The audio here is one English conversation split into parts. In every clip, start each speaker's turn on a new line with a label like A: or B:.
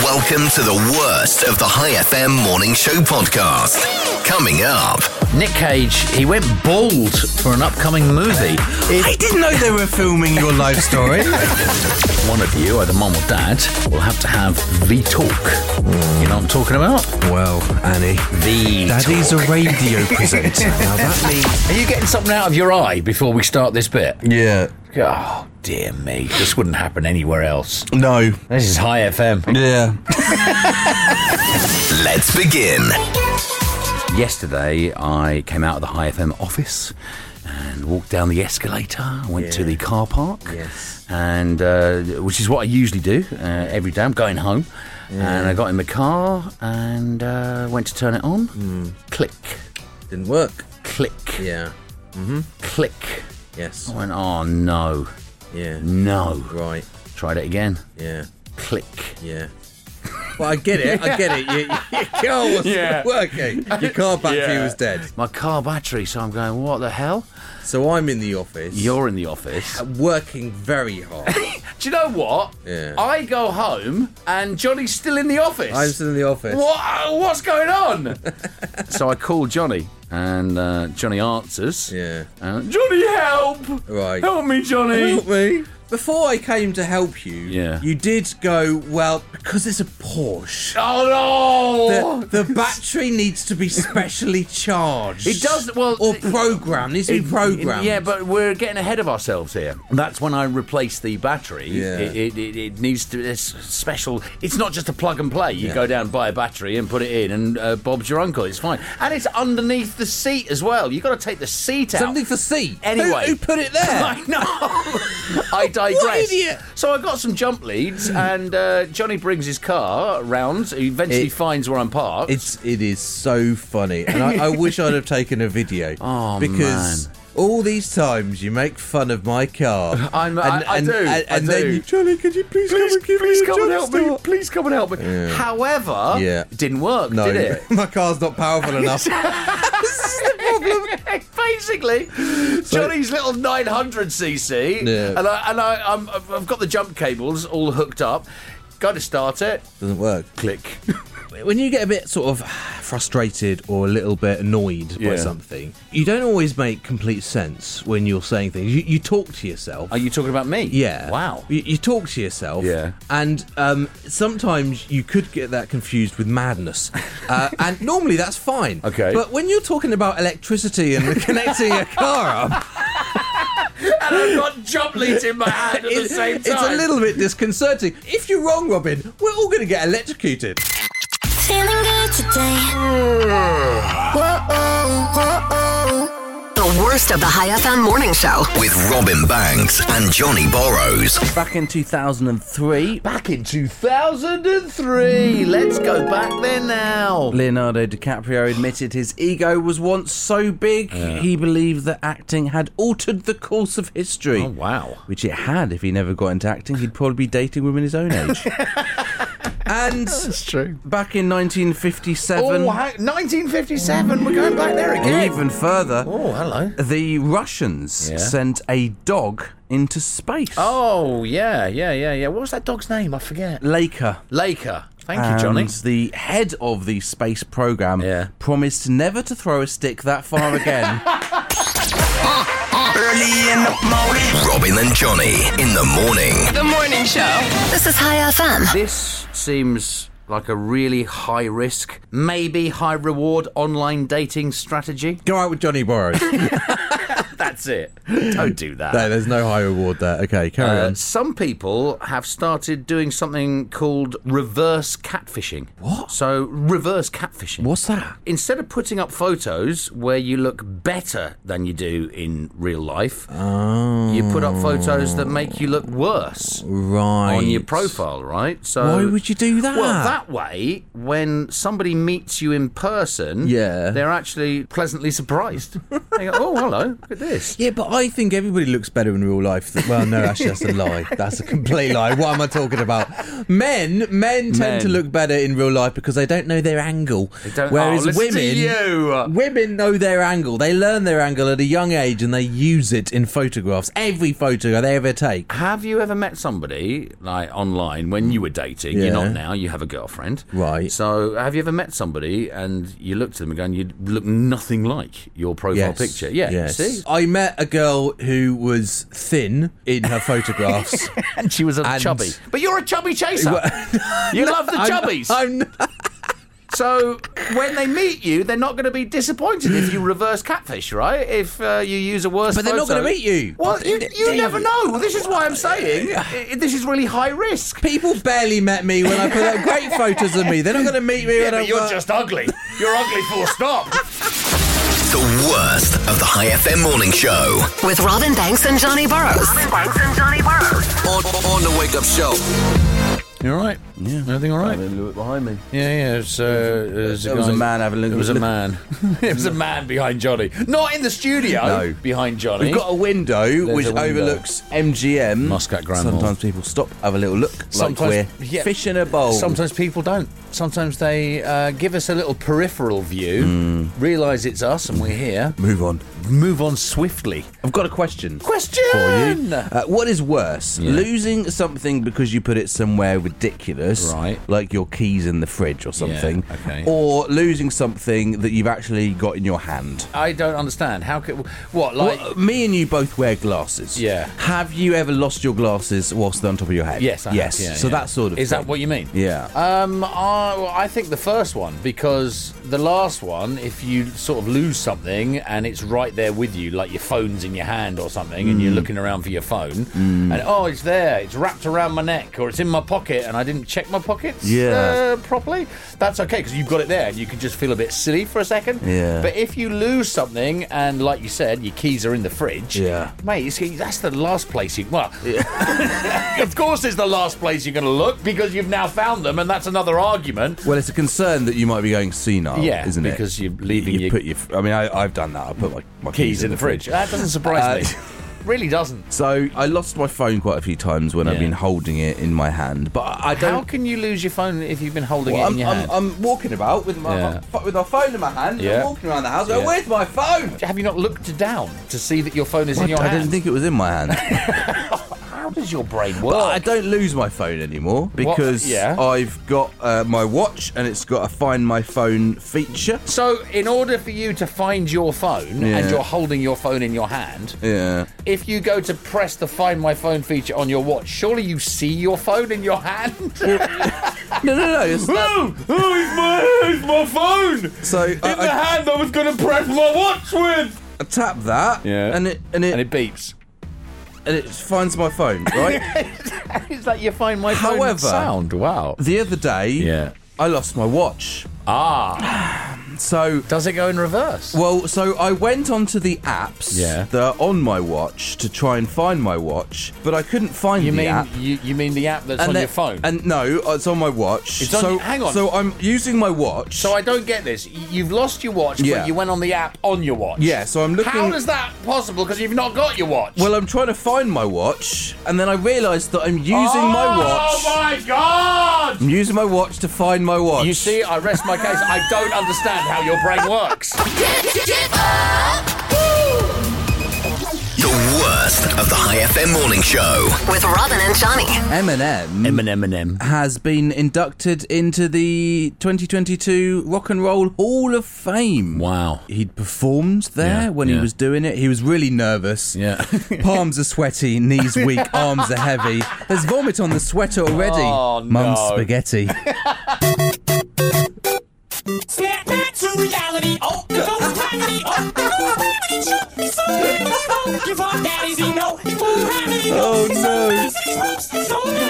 A: Welcome to the worst of the High FM Morning Show podcast. Coming up,
B: Nick Cage, he went bald for an upcoming movie.
C: I didn't know they were filming your life story.
B: One of you, either mum or dad, will have to have the talk. You know what I'm talking about?
C: well, Annie,
B: The
C: Daddy's a radio presenter. Now that means.
B: Are you getting something out of your eye before we start this bit?
C: Yeah.
B: Oh, dear me. This wouldn't happen anywhere else.
C: No.
B: This is High FM.
C: Yeah.
A: let's begin.
D: Yesterday, I came out of the High FM office and walked down the escalator. I went to the car park,
C: Yes.
D: and uh, which is what I usually do uh, every day. I'm going home, and I got in the car and uh, went to turn it on. Click,
C: Hmm. Didn't work.
D: click,
C: Yeah.
D: click.
C: Yes.
D: I went, oh no,
C: Yeah.
D: Mm. no.
C: Right.
D: Tried it again.
C: Yeah.
D: Click.
C: Yeah. Well, I get it. I get it. Your, your car wasn't
D: Yeah.
C: working. Your car battery was dead.
D: My car battery. So I'm going, what the hell?
C: So I'm in the office.
D: You're in the office.
C: working very hard.
D: Do you know what?
C: Yeah.
D: I go home and Johnny's still in the office.
C: I'm still in the office.
D: What? What's going on? so I call Johnny, and uh, Johnny answers.
C: Yeah.
D: Uh, Johnny, help!
C: Right.
D: Help me, Johnny!
C: Help me. Before I came to help you,
D: Yeah.
C: you did go, well, because it's a Porsche.
D: Oh no!
C: The, the battery needs to be specially charged.
D: It does- well,
C: or
D: it-
C: programmed. Needs to be programmed.
D: Yeah, but we're getting ahead of ourselves here. That's when I replace the battery.
C: Yeah.
D: It, it, it, it needs to. It's special. It's not just a plug and play. You
C: Yeah.
D: go down, buy a battery, and put it in, and uh, Bob's your uncle. It's fine. And it's underneath the seat as well. You've got to take the seat out.
C: something for C.
D: Anyway.
C: who, who put it there?
D: I know. I digress.
C: idiot.
D: So I got some jump leads, and uh, Johnny brings his car round. He eventually
C: It-
D: finds where I'm parked.
C: It's it is so funny, and I, I wish I'd have taken a video.
D: Oh,
C: because
D: man.
C: all these times you make fun of my car.
D: I'm- I-
C: and,
D: I
C: and,
D: do,
C: And,
D: I
C: and then
D: do.
C: you, Johnny, could you please, come and give
D: please
C: me a
D: come and
C: job
D: help
C: start?
D: me. Please come and help me. However,
C: Yeah.
D: it didn't work,
C: No,
D: did it?
C: my car's not powerful enough.
D: Basically, Johnny's little 900cc,
C: Yeah.
D: and, I, and I, I'm, I've got the jump cables all hooked up. Go to start it.
C: Doesn't work.
D: Click.
C: When you get a bit sort of frustrated or a little bit annoyed by
D: Yeah.
C: something, you don't always make complete sense when you're saying things. You, you talk to yourself.
D: Are you talking about me?
C: yeah.
D: Wow.
C: You, you talk to yourself.
D: Yeah.
C: And um, sometimes you could get that confused with madness. Uh, and normally that's fine.
D: Okay.
C: But when you're talking about electricity and connecting a car up,
D: and I've got jump leads in my hand at the
C: it-
D: same time.
C: it's a little bit disconcerting. If you're wrong, Robin, we're all going to get electrocuted.
E: Feeling good today.
F: The worst of the High FM morning show.
A: With Robin Banks and Johnny Borrows.
D: Back in 2003. Back in 2003. Let's go back there now.
G: Leonardo DiCaprio admitted his ego was once so big he believed that acting had altered the course of history.
D: Oh, wow.
G: Which it had. If he never got into acting, he'd probably be dating women his own age. and
D: True.
G: back in 1957,
D: Oh, ha- 1957. We're going back there
G: and
D: again.
G: even further,
D: Oh, hello.
G: the Russians
D: Yeah.
G: sent a dog into space.
D: Oh, yeah, yeah, yeah, yeah. What was that dog's name? I forget.
G: Laker.
D: Laker. Thank
G: and
D: you, Johnny.
G: the head of the space program
D: Yeah.
G: promised never to throw a stick that far again.
A: Early in the morning. Robin and Johnny in the morning.
F: The morning show. This is High FM.
D: This seems like a really high risk, maybe high reward online dating strategy.
C: Go out with Johnny Borrows. no,
D: That's it. Don't do that.
C: there's no high reward there. Okay, carry
D: Uh,
C: on.
D: some people have started doing something called reverse catfishing. What? So, reverse catfishing.
G: What's that?
D: Instead of putting up photos where you look better than you do in real life, you put up photos that make you look worse
C: Right.
D: on your profile, right? So
G: Why would you do that?
D: Well, that way, when somebody meets you in person,
C: Yeah.
D: they're actually pleasantly surprised. they go, "Oh, hello, look at
H: this.
I: Yeah, but I think everybody looks better in real life. Than, well, no, actually, that's a lie. That's a complete lie. What am I talking about? Men, men tend
H: Men.
I: to look better in real life because they don't know their angle.
H: don't-
I: Whereas
H: Oh, listen to
I: women,
H: you.
I: women know their angle. They learn their angle at a young age and they use it in photographs. Every photo they ever take.
H: Have you ever met somebody like online when you were dating? You're
I: Yeah.
H: not now. You have a girlfriend,
I: Right.
H: So, have you ever met somebody and you looked at them again? You look nothing like your profile picture. Yeah,
I: Yes.
H: see,
I: I met a girl who was thin in her photographs.
H: and she was a
I: And-
H: chubby, but you're a chubby chaser. you love the
I: I'm-
H: chubbies.
I: I'm,
H: So when they meet you, they're not going to be disappointed if you reverse catfish, right? If uh, you use a worse.
I: But they're not
H: photo.
I: gonna meet you.
H: Well, you, you
I: They-
H: never know. This is why I'm saying i- this is really high risk.
I: People barely met me when I put up great photos of me. They're not going to meet me when I work.
H: ugly. You're ugly. Full stop.
A: The worst of the High FM morning show.
E: With Robin Banks and Johnny Burrows. Robin Banks and Johnny Burrows.
A: On, on the wake up show.
D: You all right? Yeah. Everything all right?
C: a little bit behind me.
D: Yeah, yeah. It's, uh, there's
C: There was
D: guy-
C: a man having a look.
D: It was a man. it was a man behind Johnny. Not in the studio.
C: No.
D: Behind Johnny.
C: We've got a window which
D: a window.
C: overlooks MGM.
D: Muscat Grand Mall.
C: Sometimes people stop, have a little look, like
D: Sometimes-
C: we're
D: yeah.
C: fish in a bowl.
D: Sometimes people don't. Sometimes they uh, give us a little peripheral view,
C: Hmm.
D: realise it's us and we're here,
C: Move on.
D: move on swiftly.
C: I've got a question.
D: Question!
C: for you. Uh, what is worse, losing something because you put it somewhere ridiculous,
D: Right.
C: Like your keys in the fridge or something,
D: okay.
C: or losing something that you've actually got in your hand.
D: I don't understand. How could. What, like.
C: Well, me and you both wear glasses.
D: Yeah.
C: Have you ever lost your glasses whilst they're on top of your head?
D: Yes, I have,
C: yes.
D: yeah,
C: so
D: yeah.
C: that sort of
D: Is
C: thing.
D: that what you mean?
C: Yeah.
D: Um, I, well, I think the first one because the last one, if you sort of lose something and it's right there with you, like your phone's in your hand or something, and
C: Mm.
D: you're looking around for your phone, and oh, it's there, it's wrapped around my neck, or it's in my pocket, and I didn't check my pockets
C: Yeah.
D: uh, properly. That's okay because you've got it there, and you can just feel a bit silly for a second.
C: Yeah.
D: But if you lose something, and like you said, your keys are in the fridge.
C: Yeah.
D: Mate, it's, that's the last place you. Well, of course, it's the last place you're going to look because you've now found them, and that's another argument.
C: Well, it's a concern that you might be going senile,
D: yeah,
C: isn't it?
D: because you're leaving
C: you
D: your
C: put your. I mean, I, I've done that. I put my, my keys,
D: keys in the fridge. That doesn't surprise
C: Uh,
D: me. Really doesn't.
C: So I lost my phone quite a few times when I've
D: Yeah.
C: been holding it in my hand, but I I
D: How
C: don't.
D: can you lose your phone if you've been holding
C: Well,
D: it in
C: I'm,
D: your
C: I'm,
D: hand?
C: I'm walking about with my
D: Yeah.
C: ph- with my phone in my hand.
D: Yeah.
C: I'm walking around the house. going,
D: Yeah.
C: Where's my phone?
D: Have you not looked down to see that your phone is in your
C: I
D: hand?
C: didn't think it was in my hand.
D: How does your brain work?
C: but I don't lose my phone anymore because
D: Yeah.
C: I've got uh, my watch and it's got a find my phone feature.
D: so, in order for you to find your phone
C: Yeah.
D: and you're holding your phone in your hand,
C: Yeah.
D: if you go to press the Find My Phone feature on your watch, surely you see your phone in your hand?
C: No, no, no. It's not.
D: oh, oh, it's my, it's my phone!
C: So I,
D: in the
C: I,
D: hand I was going to press my watch with.
C: I tap that.
D: Yeah.
C: And it and it
D: And
C: and it,
D: it beeps.
C: finds my phone. Right.
D: It's like you find my
C: phone
D: However,
C: sound,
D: Wow.
C: the other day.
D: Yeah.
C: I lost my watch.
D: Ah.
C: So
D: Does it go in reverse?
C: Well, so I went onto the apps
D: Yeah.
C: that are on my watch to try and find my watch, but I couldn't find
D: you
C: the
D: mean
C: app.
D: you, you mean the app that's on
C: then-
D: your phone?
C: And no, uh, it's on my watch.
D: It's on
C: so
D: your- hang on.
C: So I'm using my watch.
D: so I don't get this. Y- You've lost your watch,
C: Yeah.
D: but you went on the app on your watch.
C: Yeah, so I'm looking-
D: How is that possible? Because you've not got your watch.
C: well, I'm trying to find my watch, and then I realised that I'm using my watch.
D: Oh my god!
C: I'm using my watch to find my watch.
D: You see, I rest my case. I don't understand how your brain works.
A: The worst of the High FM morning show.
E: With Robin and Johnny.
C: Eminem
D: Eminem, Eminem.
C: has been inducted into the 2022 Rock and Roll Hall of Fame.
D: Wow.
C: He'd performed there
D: Yeah,
C: when he
D: yeah.
C: was doing it. He was really nervous.
D: Yeah.
C: Palms are sweaty, knees weak, arms are heavy. There's vomit on the sweater already.
D: Oh,
C: Mum's
D: no.
C: spaghetti.
J: Snap back to reality. Oh, the ghost gravity. Oh, the ghost gravity. Shoot me so good. Oh, give up daddy's, he know. He fooled gravity.
C: Oh, no.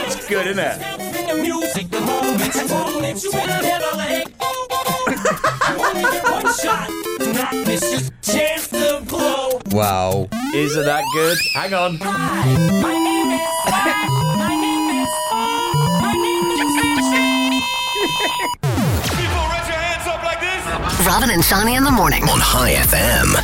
J: It's
D: good, isn't it?
J: The music, the moment, the moment, you in the middle of it. Oh, oh, oh. You only get one shot. Do not miss your chance to blow.
C: wow.
D: Isn't that good? Hang on.
J: My name is. My name is. My name is. People, raise your hands up like this.
E: Robin and Johnny in the morning.
A: On High FM.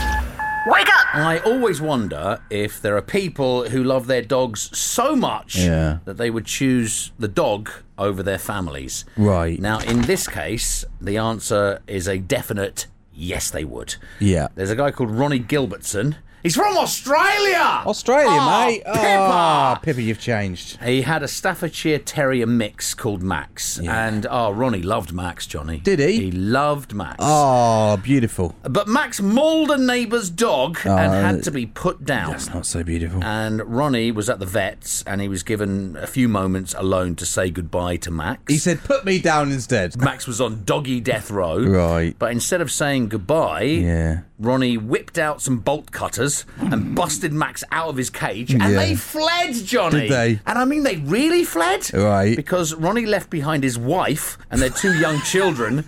E: Wake up!
D: I always wonder if there are people who love their dogs so much
G: Yeah.
D: that they would choose the dog over their families.
G: Right.
D: Now, in this case, the answer is a definite yes, they would.
G: Yeah.
D: There's a guy called Ronnie Gilbertson. He's from Australia!
C: Australia,
D: Ah,
C: mate.
D: Pippa!
C: Ah, Pippa, you've changed.
D: He had a Staffordshire Terrier mix called Max. And, oh, Ronnie loved Max, Johnny.
C: Did he?
D: He loved Max.
C: Oh, beautiful.
D: But Max mauled a neighbour's dog and had to be put down.
C: Ah, Not so beautiful.
D: and Ronnie was at the vets and he was given a few moments alone to say goodbye to Max.
C: He said, "Put me down instead."
D: Max was on doggy death row.
C: Right.
D: But instead of saying goodbye,
C: Yeah.
D: Ronnie whipped out some bolt cutters and busted Max out of his cage and
C: Yeah.
D: they fled, Johnny.
C: Did they?
D: And I mean, they really fled.
C: Right.
D: Because Ronnie left behind his wife and their two young children.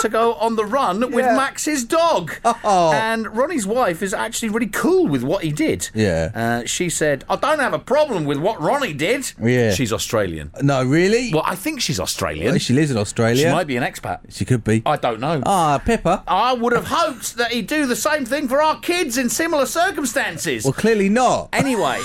D: To go on the run with Max's dog.
C: Oh.
D: And Ronnie's wife is actually really cool with what he did.
C: Yeah.
D: Uh, she said, I don't have a problem with what Ronnie did.
C: Yeah.
D: She's Australian.
C: No, really.
D: Well, I think she's Australian.
C: She lives in Australia.
D: She might be an expat.
C: She could be.
D: I don't know.
C: Ah, Pippa.
D: I would have hoped that he'd do the same thing for our kids in similar circumstances.
C: Well, clearly not.
D: Anyway,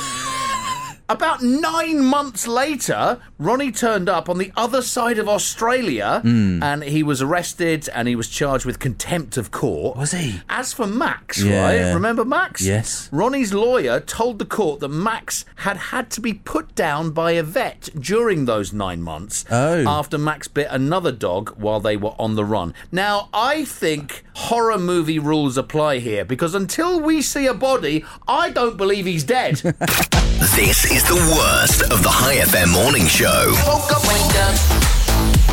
D: about nine months later, Ronnie turned up on the other side of Australia
C: Hmm.
D: and he was arrested and he was charged with contempt of court.
C: Was he?
D: As for Max,
C: Yeah.
D: right? Remember Max?
C: Yes.
D: Ronnie's lawyer told the court that Max had had to be put down by a vet during those nine months
C: Oh.
D: after Max bit another dog while they were on the run. Now, I think horror movie rules apply here because until we see a body, I don't believe he's dead.
A: This is the worst of the High FM morning show.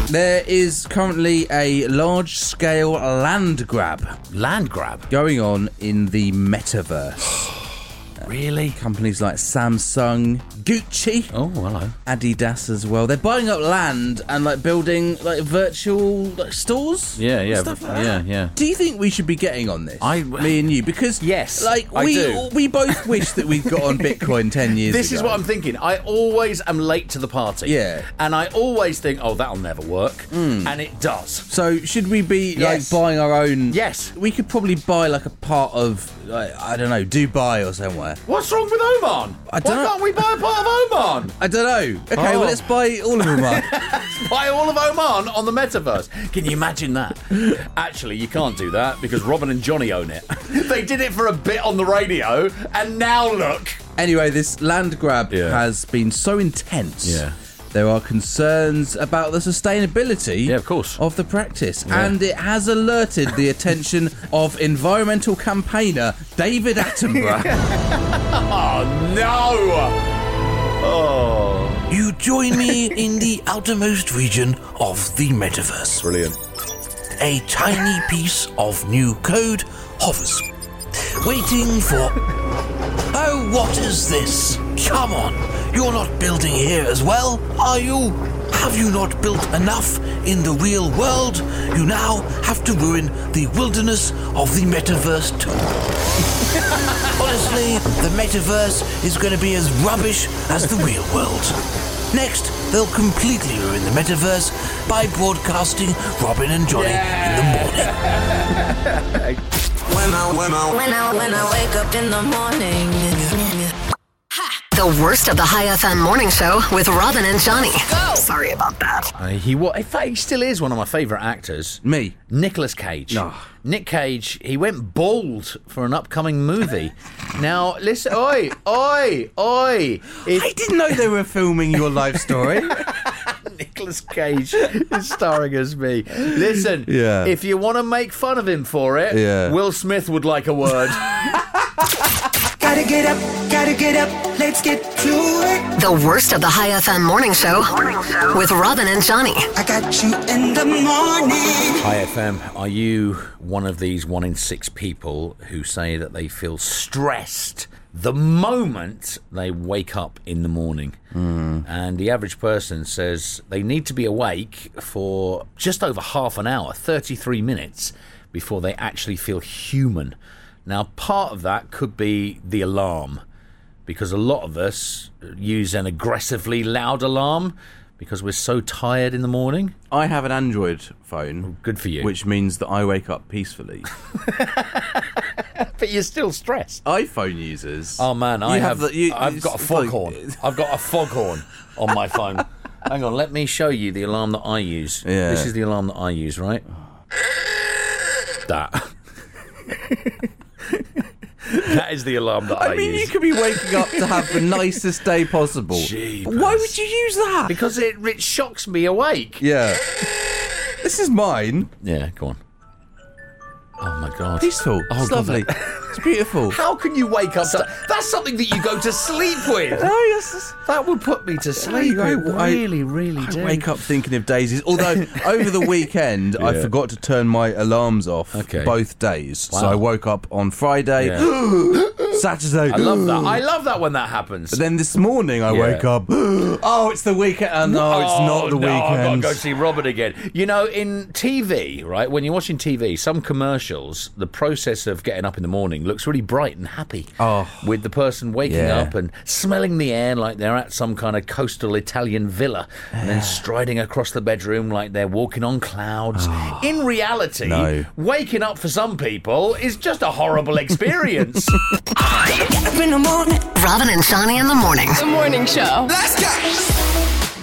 G: There is currently a large scale land grab
D: Land grab.
G: going on in the metaverse.
D: Really?
G: Companies like Samsung, Gucci,
D: Oh, hello.
G: Adidas as well. They're buying up land and like building like virtual like, stores.
D: Yeah, yeah,
G: Stuff like
D: yeah,
G: that.
D: yeah.
G: Do you think we should be getting on this?
D: I-
G: me and you, because
D: Yes,
G: like
D: I
G: we
D: do.
G: we both wish that we'd got on Bitcoin ten years.
D: This
G: ago.
D: is what I'm thinking. I always am late to the party.
G: Yeah.
D: And I always think, oh, that'll never work. And it does.
G: So should we be
D: Yes.
G: like buying our own?
D: Yes.
G: We could probably buy like a part of like I don't know Dubai or somewhere.
D: What's wrong with Oman?
G: I
D: Why
G: don't-
D: can't we buy a part of Oman?
G: I don't know. Okay,
D: Oh.
G: well let's buy all of them up.
D: Buy all of Oman on the metaverse. Can you imagine that? Actually, you can't do that because Robin and Johnny own it. they did it for a bit on the radio, and now look.
G: anyway, this land grab
D: Yeah.
G: has been so intense.
D: Yeah.
G: There are concerns about the sustainability
D: Yeah, of course.
G: of the practice, and it has alerted the attention of environmental campaigner David Attenborough.
D: Oh no! Oh.
K: You join me in the outermost region of the metaverse. Brilliant. A tiny piece of new code hovers, waiting for. Oh, what is this? Come on, you're not building here as well, are you? Have you not built enough in the real world? You now have to ruin the wilderness of the metaverse too. Honestly, the metaverse is going to be as rubbish as the real world. Next, they'll completely ruin the metaverse by broadcasting Robin and Johnny in the morning.
F: When I, when I, when I, when I wake up in the morning.
E: The worst of the High FM morning show with Robin and Johnny. Go. Sorry about that.
D: Uh, he wa In fact, he still is one of my favourite actors.
G: Me.
D: Nicholas Cage. Nick Cage, he went bald for an upcoming movie. now, listen, oi, oi, oi. If
G: I didn't know they were filming your life story.
D: Nicolas Cage is starring as me. Listen,
G: Yeah.
D: if you want to make fun of him for it,
G: Yeah.
D: Will Smith would like a word.
J: Gotta get up, gotta get up, let's get to it.
E: The worst of the High FM morning show with Robin and Johnny.
J: I got you in the morning.
D: Hi, FM. Are you one of these one in six people who say that they feel stressed the moment they wake up in the morning? And the average person says they need to be awake for just over half an hour, 33 minutes, before they actually feel human. Now, part of that could be the alarm because a lot of us use an aggressively loud alarm because we're so tired in the morning.
C: I have an Android
G: Oh,
C: phone,
D: Good for you.
C: which means that I wake up peacefully.
D: but you're still stressed.
C: iPhone users.
D: Oh man, I
C: you
D: have.
C: the- you-
D: I've
C: it's
D: got a
C: like-
D: foghorn. I've got a foghorn on my phone. Hang on, let me show you the alarm that I use.
C: Yeah.
D: This is the alarm that I use, right? that. that is the alarm that I,
C: I mean,
D: use.
C: you could be waking up to have the nicest day possible. But Why would you use that?
D: Because it, it shocks me awake.
C: Yeah. This is mine.
D: Yeah, go on. Oh my god.
C: Peaceful.
D: Oh,
C: it's
D: God,
C: lovely.
D: that-
C: It's beautiful.
D: How can you wake up? To, that's something that you go to sleep with.
C: No, yes, it's-
D: That would put me to sleep. I,
C: I- I-
D: really, really
C: I
D: do.
C: wake up thinking of daisies. Although over the weekend I forgot to turn my alarms off
D: Okay.
C: both days, so
D: Wow.
C: I woke up on Friday, Saturday.
D: I love that. I love that when that happens.
C: But then this morning I
D: Yeah.
C: wake up. Oh, it's the weekend. Oh, no, it's not the
D: no, I've got to
C: weekend.
D: go see Robert again. You know, in TV, right? When you're watching TV, some commercials, the process of getting up in the morning looks really bright and happy.
C: Oh.
D: with the person waking
C: Yeah.
D: up and smelling the air like they're at some kind of coastal Italian villa, and then striding across the bedroom like they're walking on clouds. in reality,
C: Oh. No.
D: waking up for some people is just a horrible experience.
F: Up in the morning.
E: Robin and Johnny in the morning.
J: The morning show.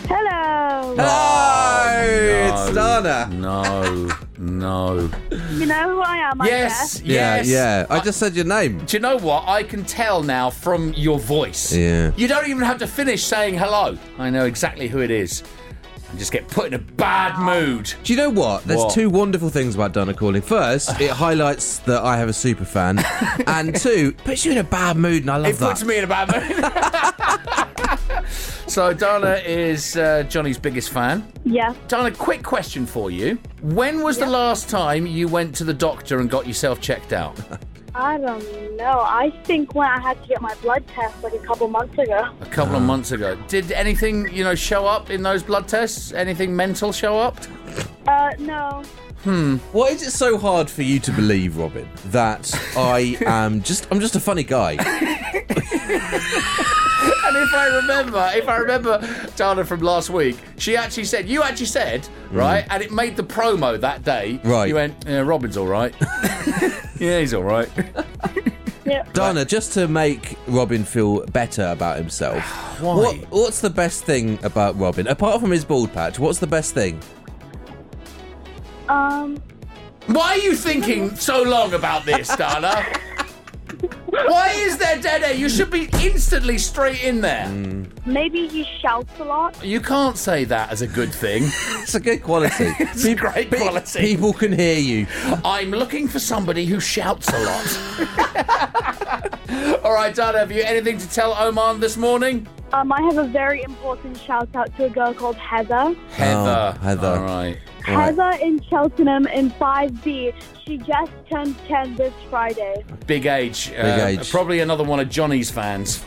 F: Hello.
C: Hello, it's Dana.
D: no, no.
F: You know who I am, I
D: Yes,
C: Yeah,
D: yes,
C: yeah. I just said your name.
D: Do you know what? I can tell now from your voice.
C: Yeah.
D: You don't even have to finish saying hello. I know exactly who it is. I just get put in a bad mood.
C: Do you know what? There's
D: What?
C: two wonderful things about Donna calling. First, it highlights that I have a super fan, and two, puts you in a bad mood, and I love
D: It
C: that.
D: puts me in a bad mood. so Donna is uh, Johnny's biggest fan.
F: Yeah.
D: Donna, quick question for you. When was the last time you went to the doctor and got yourself checked out?
F: I don't know. I think when I had to get my blood test like a couple months ago.
D: A couple of
C: Uh-huh.
D: months ago. Did anything, you know, show up in those blood tests? Anything mental show up?
F: Uh, no.
C: Why is it so hard for you to believe, Robin, that I am just I'm just a funny guy?
D: And if I remember, if I remember Dana from last week, she actually said, you actually said, right? And it made the promo that day.
C: Mm. Right.
D: You went, yeah, Robin's all right. yeah, he's all right.
C: Dana, just to make Robin feel better about himself.
D: Why?
C: What, what's the best thing about Robin? Apart from his bald patch, what's the best thing?
F: Um,
D: Why are you thinking so long about this, Dana? Why is there dead air? You should be instantly straight in there.
C: Mm.
F: maybe he shouts a lot.
D: You can't say that as a good thing.
C: It's a good quality.
D: It's a great quality.
C: People can hear you.
D: I'm looking for somebody who shouts a lot. All right, Dana, have you anything to tell Oman this morning?
F: Um, I have a very important shout out to a girl called Heather.
D: Heather.
C: Oh, Heather.
D: All right.
C: Right.
F: Heather in Cheltenham in 5B. She just turned 10 this Friday.
D: Big age.
C: Big age.
D: Probably another one of Johnny's fans.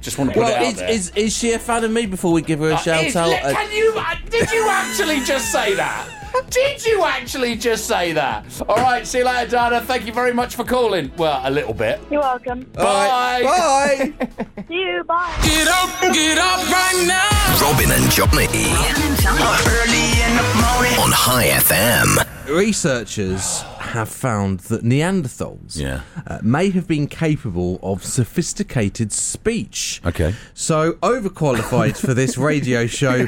D: Just want to put it out
C: Well, is,
D: there.
C: is, is she a fan of me before we give her a
D: Uh,
C: shout
D: is-
C: out?
D: le- Can you? uh, Did you actually just say that? Did you actually just say that? All right. See you later, Dana. Thank you very much for calling. Well, a little bit.
F: You're welcome.
C: All right. Bye.
F: See you. Bye.
L: Get up, get up right now.
A: Robin and Johnny
E: Robin and Johnny.
L: Early in the morning.
A: on High FM.
C: researchers have found that Neanderthals
D: Yeah.
C: uh, may have been capable of sophisticated speech.
D: Okay.
C: So overqualified for this radio show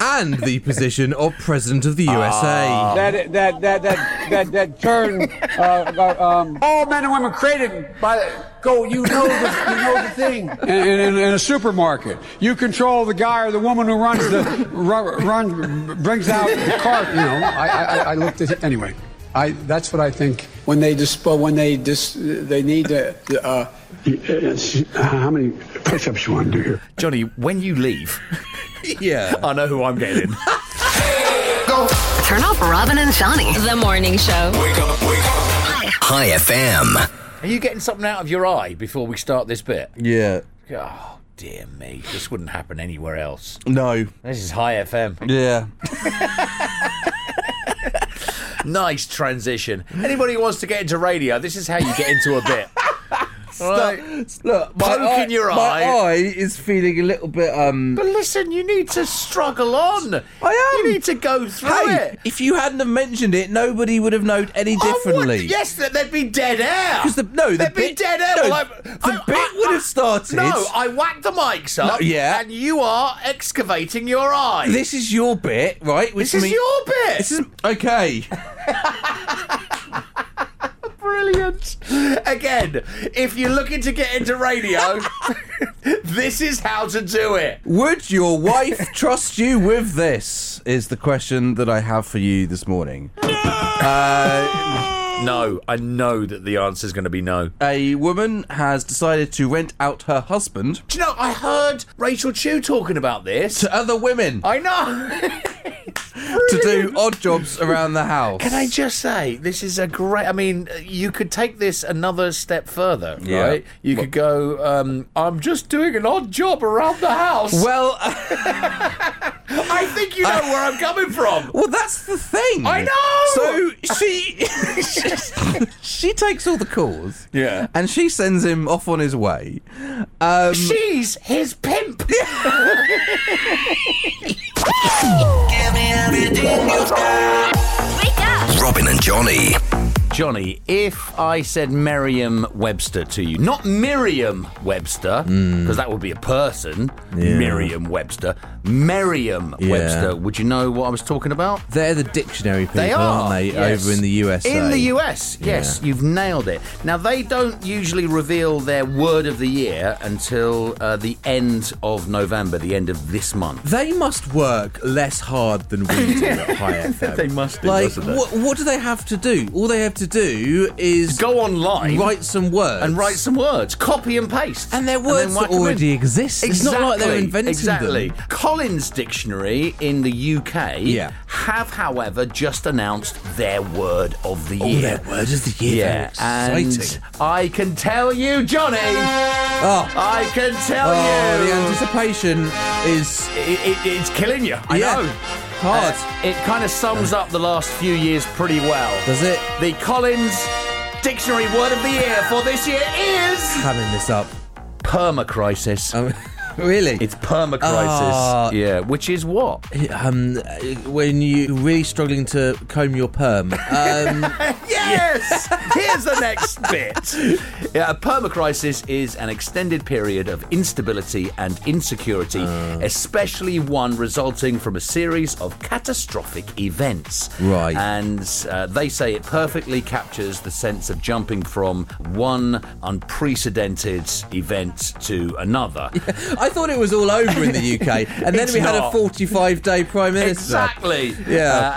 C: and the position of president of the
D: Ah.
C: USA.
L: That that that that that that turn. Uh, about, um, all men and women created by. Go, you know the, you know the thing. In, in, in a supermarket, you control the guy or the woman who runs the run, run brings out the cart. You know, I, I, I- I looked at it anyway. I that's what I think. When they dispo, when they dis, they need to. Uh, how many push-ups you want to do here?
D: Johnny, when you leave,
C: yeah.
D: I know who I'm getting.
E: Turn up Robin and Johnny.
J: The morning show.
A: High FM.
D: Are you getting something out of your eye before we start this bit?
C: Yeah.
D: Oh dear me, this wouldn't happen anywhere else.
C: No.
D: This is High FM.
C: Yeah.
D: Nice transition. Anybody who wants to get into radio, this is how you get into a bit.
C: Stop. Look, my
D: Poke
C: eye,
D: in your
C: my
D: eye.
C: eye is feeling a little bit um.
D: But listen, you need to struggle on. I
C: am.
D: You need to go through
C: Hey,
D: it.
C: if you hadn't have mentioned it, nobody would have known
D: I
C: any
D: would-
C: differently.
D: yes, that there'd be dead air.
C: Because the no, the
D: there'd
C: bit
D: be dead air.
C: no,
D: Well, I-
C: the
D: I-
C: bit
D: I-
C: would
D: I-
C: have started.
D: No, I whacked the mics up.
C: No, yeah.
D: and you are excavating your eye.
C: this is your bit, right? Which
D: This is
C: mean-
D: your bit.
C: This is okay.
D: brilliant. Again, if you're looking to get into radio, this is how to do it.
C: Would your wife trust you with this?
G: Is the question that I have for you this morning.
D: No, I know that the answer is going to be no.
G: A woman has decided to rent out her husband
D: Do you know, I heard Rachel Chew talking about this.
G: to other women
D: I know.
G: to do odd jobs around the house.
D: Can I just say, this is a great. I mean, you could take this another step further,
G: Yeah.
D: right? You could go, um, I'm just doing an odd job around the house.
G: Well,
D: I think you know where I'm coming from.
G: well, that's the thing.
D: I know!
G: So she she takes all the calls.
D: Yeah.
G: And she sends him off on his way. Um,
D: She's his pimp.
E: Wake up!
A: Robin and Johnny.
D: Johnny, if I said Merriam Webster to you, not Miriam Webster,
A: Hmm.
D: because that would be a person, Miriam Webster, Merriam Webster, would you know what I was talking about?
C: They're the dictionary people,
D: They are
C: not they?
D: yes.
C: Over in the USA.
D: In the US, yes, you've nailed it. Now they don't usually reveal their word of the year until uh, the end of November, the end of this month.
C: They must work less hard than we do at High FM.
D: They must do,
C: Like,
D: mustn't they?
C: what, what do they have to do? All they have to do is
D: Go online
C: write some words
D: and write some words, copy and paste,
C: and their
D: then
C: words
D: whack
C: that
D: 'em in.
C: already exist. It's not like they're inventing
D: exactly.
C: them.
D: Collins Dictionary in the UK
C: Yeah.
D: have, however, just announced their word of the
C: All
D: year.
C: Oh, their words of the year.
D: yeah,
C: They're
D: and
C: exciting.
D: I can tell you, Johnny.
C: Oh,
D: I can tell
C: oh, the
D: you.
C: anticipation is
D: it, it, it's killing you. I
C: yeah,
D: know.
C: hard.
D: Uh, it kind of sums up the last few years pretty well.
C: Does it?
D: The Collins Dictionary Word of the Year for this year is
C: Hamming this up.
D: permacrisis.
C: Um, really?
D: It's permacrisis.
C: Ah.
D: yeah, which is what?
C: um, when you're really struggling to comb your perm. Um,
D: Yes! Here's the next bit. Yeah, a permacrisis is an extended period of instability and insecurity, especially one resulting from a series of catastrophic events.
C: Right.
D: And uh, they say it perfectly captures the sense of jumping from one unprecedented event to another.
C: I thought it was all over in the UK, and then
D: It's
C: we had a
D: not.
C: 45 day prime minister.
D: Exactly.
C: Yeah.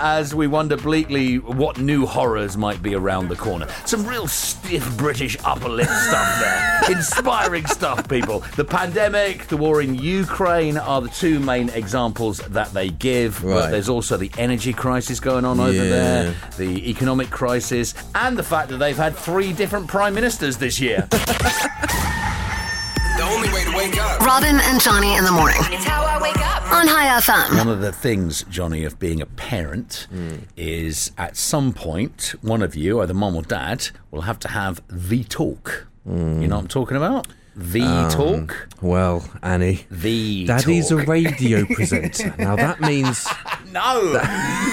D: Uh, as we wonder bleakly what new horrors might be around the corner. Some real stiff British upper lip stuff there. Inspiring stuff, people. The pandemic, the war in Ukraine are the two main examples that they give.
C: Right.
D: But there's also the energy crisis going on over
C: Yeah.
D: there, the economic crisis, and the fact that they've had three different prime ministers this year.
A: The only way to wake up.
E: Robin and Johnny in the morning
M: It's how I wake up.
E: on High FM.
D: One of the things, Johnny, of being a parent is at some point, one of you, either mum or dad, will have to have the talk. You know what I'm talking about? The talk.
C: Well, Annie,
D: The
C: Um, Daddy's
D: talk.
C: a radio presenter. Now that means
D: No,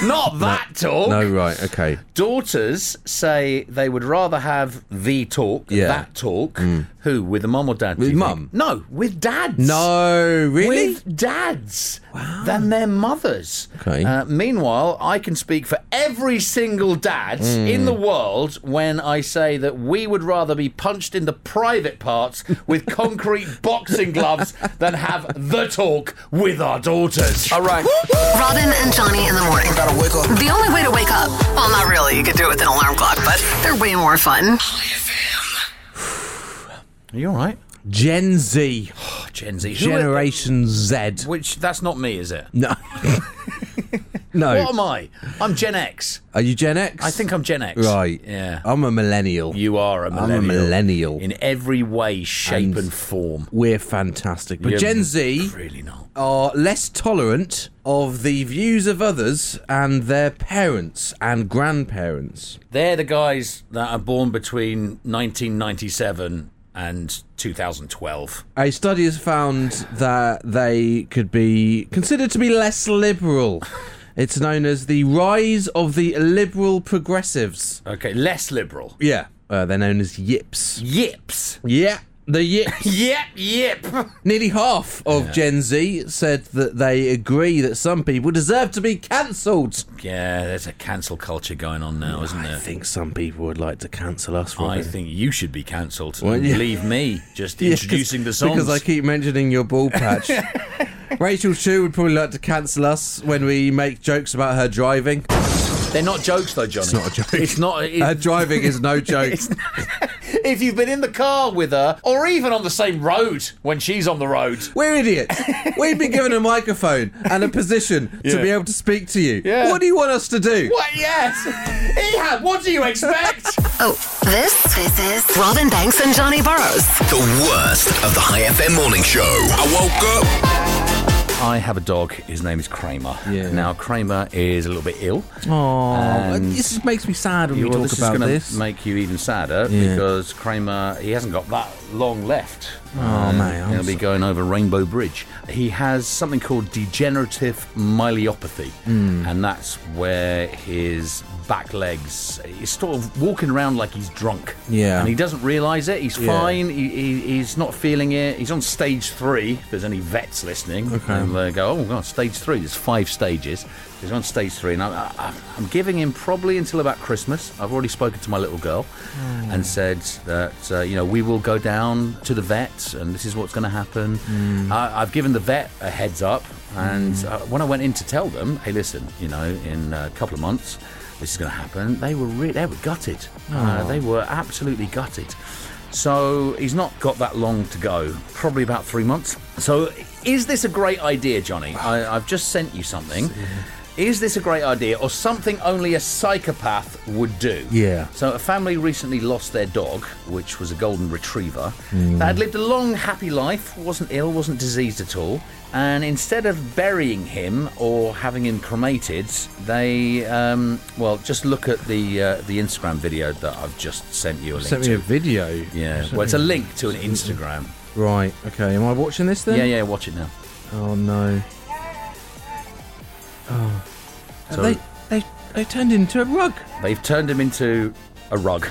D: not that talk.
C: no, right? Okay,
D: Daughters say they would rather have the talk,
C: Yeah. Mm.
D: that talk. Who, with a mum or dad? do
C: With
D: you
C: mum.
D: think? No, with dads.
C: no, really?
D: with dads than their mothers.
C: Okay.
D: Uh, meanwhile, I can speak for every single dad
C: Hmm.
D: in the world when I say that we would rather be punched in the private parts with concrete boxing gloves than have the talk with our daughters. All right.
E: Robin and Johnny in the morning. The only way to wake up. Well, not really. You could do it with an alarm clock, but they're way more fun.
D: Are you all right?
C: Gen Z,
D: Oh, Gen Z. Who are-
C: Generation Z.
D: Which, that's not me, is it?
C: No,
D: What
C: no.
D: am I? I'm Gen X.
C: Are you Gen X?
D: I think I'm Gen X.
C: Right.
D: Yeah.
C: I'm a millennial.
D: you are a
C: a
D: millennial.
C: millennial.
D: In every way, shape,
C: And-
D: and form.
C: We're fantastic, but
D: You're
C: Gen Z
D: Really not.
C: are less tolerant of the views of others and their parents and grandparents.
D: They're the guys that are born between 1997 and 2012.
C: A study has found that they could be considered to be less liberal. It's known as the rise of the liberal progressives.
D: Okay, less liberal.
C: Yeah, uh, they're known as yips.
D: Yips.
C: Yeah, the yips.
D: Yep, yep.
C: Nearly half of Gen Z said that they agree that some people deserve to be cancelled.
D: Yeah, there's a cancel culture going on now, isn't there?
C: I think some people would like to cancel us.
D: I
C: Robin.
D: think you should be cancelled.
C: Well, yeah.
D: Leave me just
C: Yeah, 'cause-
D: introducing the songs.
C: because I keep mentioning your ball patch. Rachel Chu would probably like to cancel us when we make jokes about her driving.
D: They're not jokes, though, Johnny. It's
C: not a joke.
D: It's not. it-
C: Her driving is no joke.
D: if you've been in the car with her, or even on the same road when she's on the road.
C: We're idiots. We've been given a microphone and a position to be able to speak to you. What do you want us to do?
D: What? Yes. Ehab, what do you expect?
E: Oh, this? This is Robin Banks and Johnny Burrows.
A: The worst of the High FM Morning Show.
K: I woke up.
D: I have a dog. His name is Kramer.
C: Yeah.
D: Now Kramer is a little bit ill.
C: Aw,
D: And-
C: Uh, this just makes me sad when
D: You-
C: we
D: well,
C: talk
D: Um, this
C: about
D: is gonna
C: this.
D: make you even sadder
C: Yeah.
D: because Kramer he hasn't got that long left. Oh
C: man, I'm
D: he'll be going over Rainbow Bridge. He has something called degenerative myelopathy,
C: Hmm.
D: and that's where his back legs he's sort of walking around like he's drunk.
C: Yeah.
D: and he doesn't realise it. He's
C: Yeah.
D: fine. He, he, he's not feeling it. He's on stage three. If there's any vets listening, okay. and they go, "Oh God, stage three. There's five stages. He's on stage three, and I, I, I'm giving him probably until about Christmas. I've already spoken to my little girl, and said that uh, you know we will go down to the vet, and this is what's going to happen. I, I've given the vet a heads up, and uh, when I went in to tell them, hey, listen, you know, in a couple of months. This is going to happen. They were re- they were gutted. Uh, they were absolutely gutted. So he's not got that long to go, probably about three months. So is this a great idea, Johnny? I, I've just sent you something. Is this a great idea or something only a psychopath would do?
C: Yeah.
D: So a family recently lost their dog, which was a golden retriever.
C: Mm.
D: They had lived a long, happy life, wasn't ill, wasn't diseased at all. And instead of burying him or having him cremated, they um, well just look at the uh, the Instagram video that I've just sent you a link
C: Sent
D: to.
C: me a video.
D: Yeah,
C: Sent
D: well, it's a
C: me-
D: link to an Instagram.
C: Right. Okay. Am I watching this then?
D: Yeah, yeah, watch it now.
C: Oh no. Oh.
D: So-
C: They they they turned into a rug.
D: They've turned him into a rug.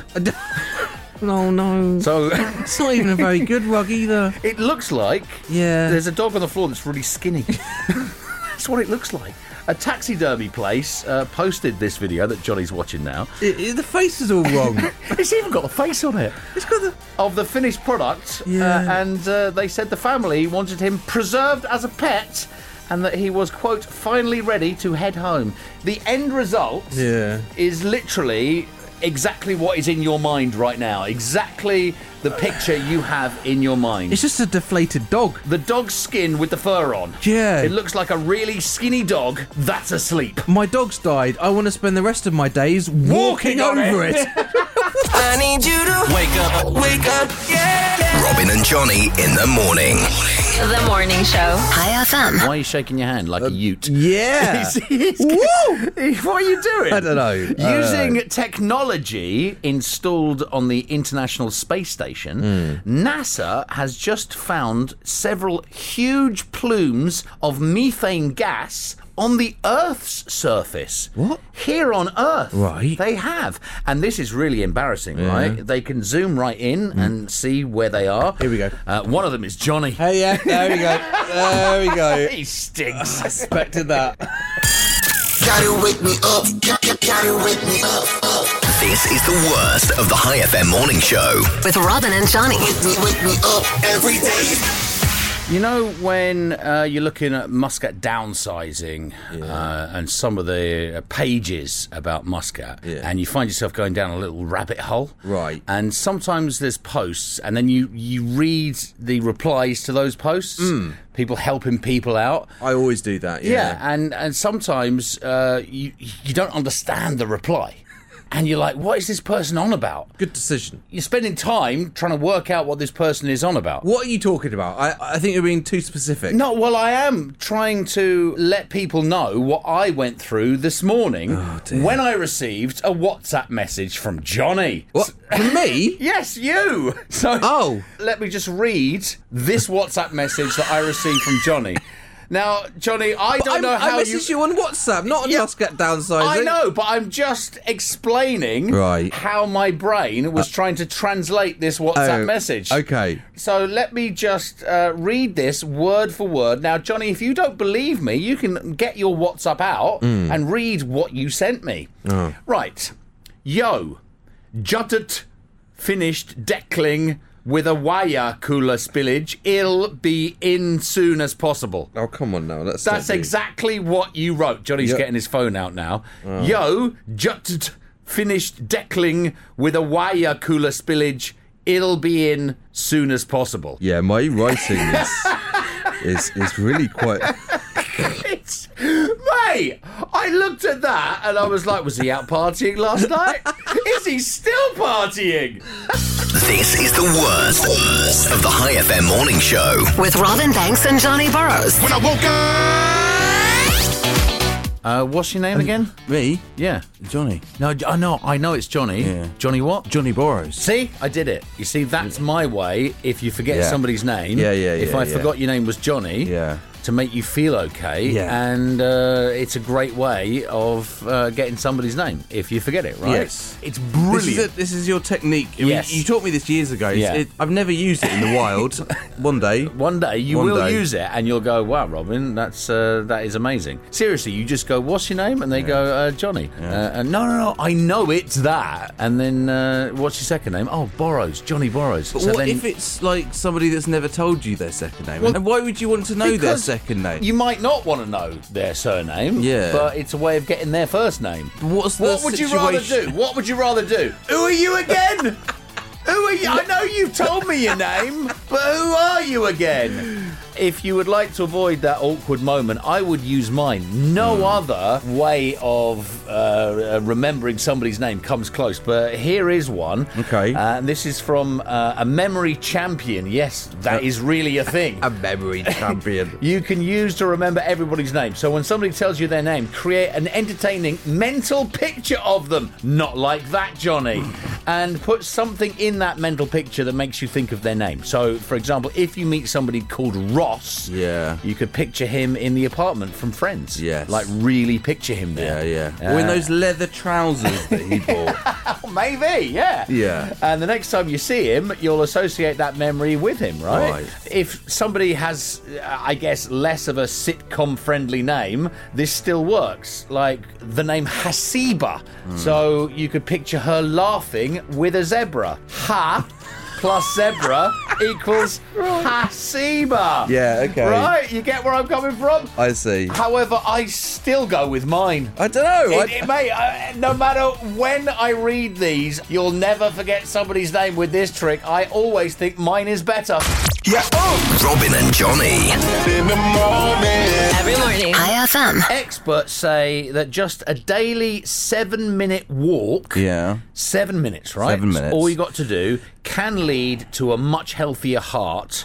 C: Oh no.
D: So
C: It's not even a very good rug either.
D: it looks like
C: Yeah.
D: there's a dog on the floor that's really skinny. that's what it looks like. A taxidermy place uh, posted this video that Johnny's watching now.
C: It- it- the face is all wrong.
D: It's even got a face on it. It's got the... Of the finished product. Uh,
C: Yeah.
D: and uh, they said the family wanted him preserved as a pet and that he was, quote, finally ready to head home. The end result
C: Yeah.
D: is literally exactly what is in your mind right now. Exactly the picture you have in your mind.
C: it's just a deflated dog.
D: the dog's skin with the fur on.
C: Yeah.
D: It looks like a really skinny dog that's asleep.
C: My dog's died. I want to spend the rest of my days walking,
D: Walking on
C: over
D: it.
C: it.
A: I need you to wake up, wake up, yeah. Robin and Johnny in the morning.
M: The morning show.
E: High FM.
D: Why are you shaking your hand like a
C: Uh,
D: ute?
C: yeah.
D: He's- he's-
C: Woo!
D: What are you doing?
C: I don't know. I don't
D: Using technology installed on the International Space Station,
C: Hmm.
D: NASA has just found several huge plumes of methane gas on the Earth's surface. What? Here on Earth.
C: Right.
D: They have. And this is really embarrassing, right? They can zoom right in and see where they are.
C: Hmm. Here we go.
D: Uh, one of them is Johnny.
C: Hey, yeah. There we go. There we go.
D: He stinks.
C: Expected that.
A: This is the worst of the High FM Morning Show.
E: With Robin and Johnny.
D: You know when uh, you're looking at Muscat downsizing uh, and some of the uh, pages about Muscat,
C: Yeah.
D: and you find yourself going down a little rabbit hole,
C: Right.
D: And sometimes there's posts, and then you you read the replies to those posts,
C: Hmm.
D: people helping people out,
C: I always do that.
D: yeah, and and sometimes uh, you you don't understand the reply. and you're like, what is this person on about?
C: Good decision.
D: You're spending time trying to work out what this person is on about.
C: What are you talking about? I, I think you're being too specific.
D: No, well, I am trying to let people know what I went through this morning
C: Oh,
D: when I received a WhatsApp message from Johnny.
C: What? For me?
D: Yes, you. So,
C: Oh.
D: let me just read this WhatsApp message that I received from Johnny. Now, Johnny, I
C: I,
D: don't know
C: I
D: how
C: messaged you... on WhatsApp, not on
D: Yeah.
C: Just Get Downsizing.
D: I know, but I'm just explaining
C: Right. Uh,
D: how my brain was trying to translate this WhatsApp
C: Oh,
D: message.
C: Okay.
D: So let me just uh, read this word for word. Now, Johnny, if you don't believe me, you can get your WhatsApp out and read what you sent me. Right. Yo, jutted, finished deckling with a wire cooler spillage. I'll be in soon as possible.
C: Oh, come on now. That's
D: That's exactly what you wrote. Johnny's
C: Yep.
D: getting his phone out now. Yo, jutted, finished deckling with a wire cooler spillage. It'll be in soon as possible.
C: Yeah, my writing is is is really quite.
D: It's, mate, I looked at that and I was like, was he out partying last night? Is he still partying?
A: This is the worst of the High FM morning show.
E: With Robin Banks and Johnny Burrows.
A: When I woke up,
D: Uh, what's your name again?
N: Me,
D: Yeah.
N: Johnny,
D: No, I know, I know it's Johnny.
N: Yeah.
D: Johnny what?
N: Johnny Borrows.
D: See, I did it. You see, that's my way. If you forget
N: Yeah.
D: somebody's name,
N: Yeah, yeah,
D: If
N: yeah,
D: I
N: yeah.
D: forgot your name was Johnny,
N: Yeah.
D: to make you feel okay,
N: Yeah.
D: and uh, it's a great way of uh, getting somebody's name if you forget it, right?
N: Yes.
D: it's
N: This is,
D: brilliant.
N: it. this is your technique. I mean,
D: Yes.
N: you taught me this years ago. It's-
D: Yeah.
N: it- I've never used it in the wild. One day,
D: One day you
N: One
D: will
N: day.
D: use it, and you'll go, "Wow, Robin, that's uh, that is amazing." Seriously, you just go, "What's your name?" and they go, uh, "Johnny." Uh, and no, no, no, I know it's that. And then, uh, what's your second name? Oh, Borrows, Johnny Borrows.
N: But
D: So
N: what
D: then-
N: if it's like somebody that's never told you their second name?
D: Well,
N: and why would you want to know their
D: Because
N: second name?
D: You might not want to know their surname.
N: Yeah.
D: But it's a way of getting their first name.
N: What's the
D: what would you rather do?
N: situation?
D: What would you rather do? Who are you again? who are you? I know you've told me your name, but who are you again? If you would like to avoid that awkward moment, I would use mine. No
N: Hmm.
D: other way of uh, uh, remembering somebody's name comes close, but here is one.
C: Okay.
D: Uh, and this is from uh, a memory champion. Yes,
N: Uh,
D: that is really a thing.
C: A memory champion.
D: you can use to remember everybody's name. So when somebody tells you their name, create an entertaining mental picture of them. Not like that, Johnny. And put something in that mental picture that makes you think of their name. So, for example, if you meet somebody called Ross,
N: Yeah.
D: you could picture him in the apartment from Friends.
N: Yes.
D: Like, really picture him
N: Yeah,
D: there. Uh,
N: yeah. or in those leather trousers that he bought.
D: Oh, Maybe, yeah.
N: Yeah.
D: And the next time you see him, you'll associate that memory with him, right?
N: Right.
D: If somebody has, uh, I guess, less of a sitcom friendly name, this still works. Like the name Hasiba. So you could picture her laughing with a zebra. Ha plus zebra equals Hasiba.
C: Yeah, okay.
D: Right? You get where I'm coming from?
C: I see.
D: However, I still go with mine.
C: I don't know.
D: It, it, mate, uh, no matter when I read these, you'll never forget somebody's name with this trick. I always think mine is better.
A: Robin and Johnny.
O: Every morning.
E: High FM.
D: Experts say that just a daily seven minute walk,
N: yeah.
D: seven minutes, right?
N: Seven
D: It's
N: minutes.
D: all you got to do can lead to a much healthier heart.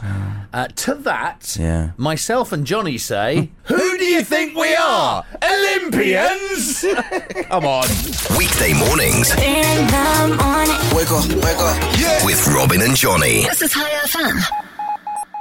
D: Uh, to that,
N: Yeah.
D: myself and Johnny say, Who do you think we are? Olympians! Come on.
A: Weekday mornings
O: In the morning.
A: with Robin and Johnny.
E: This is High FM.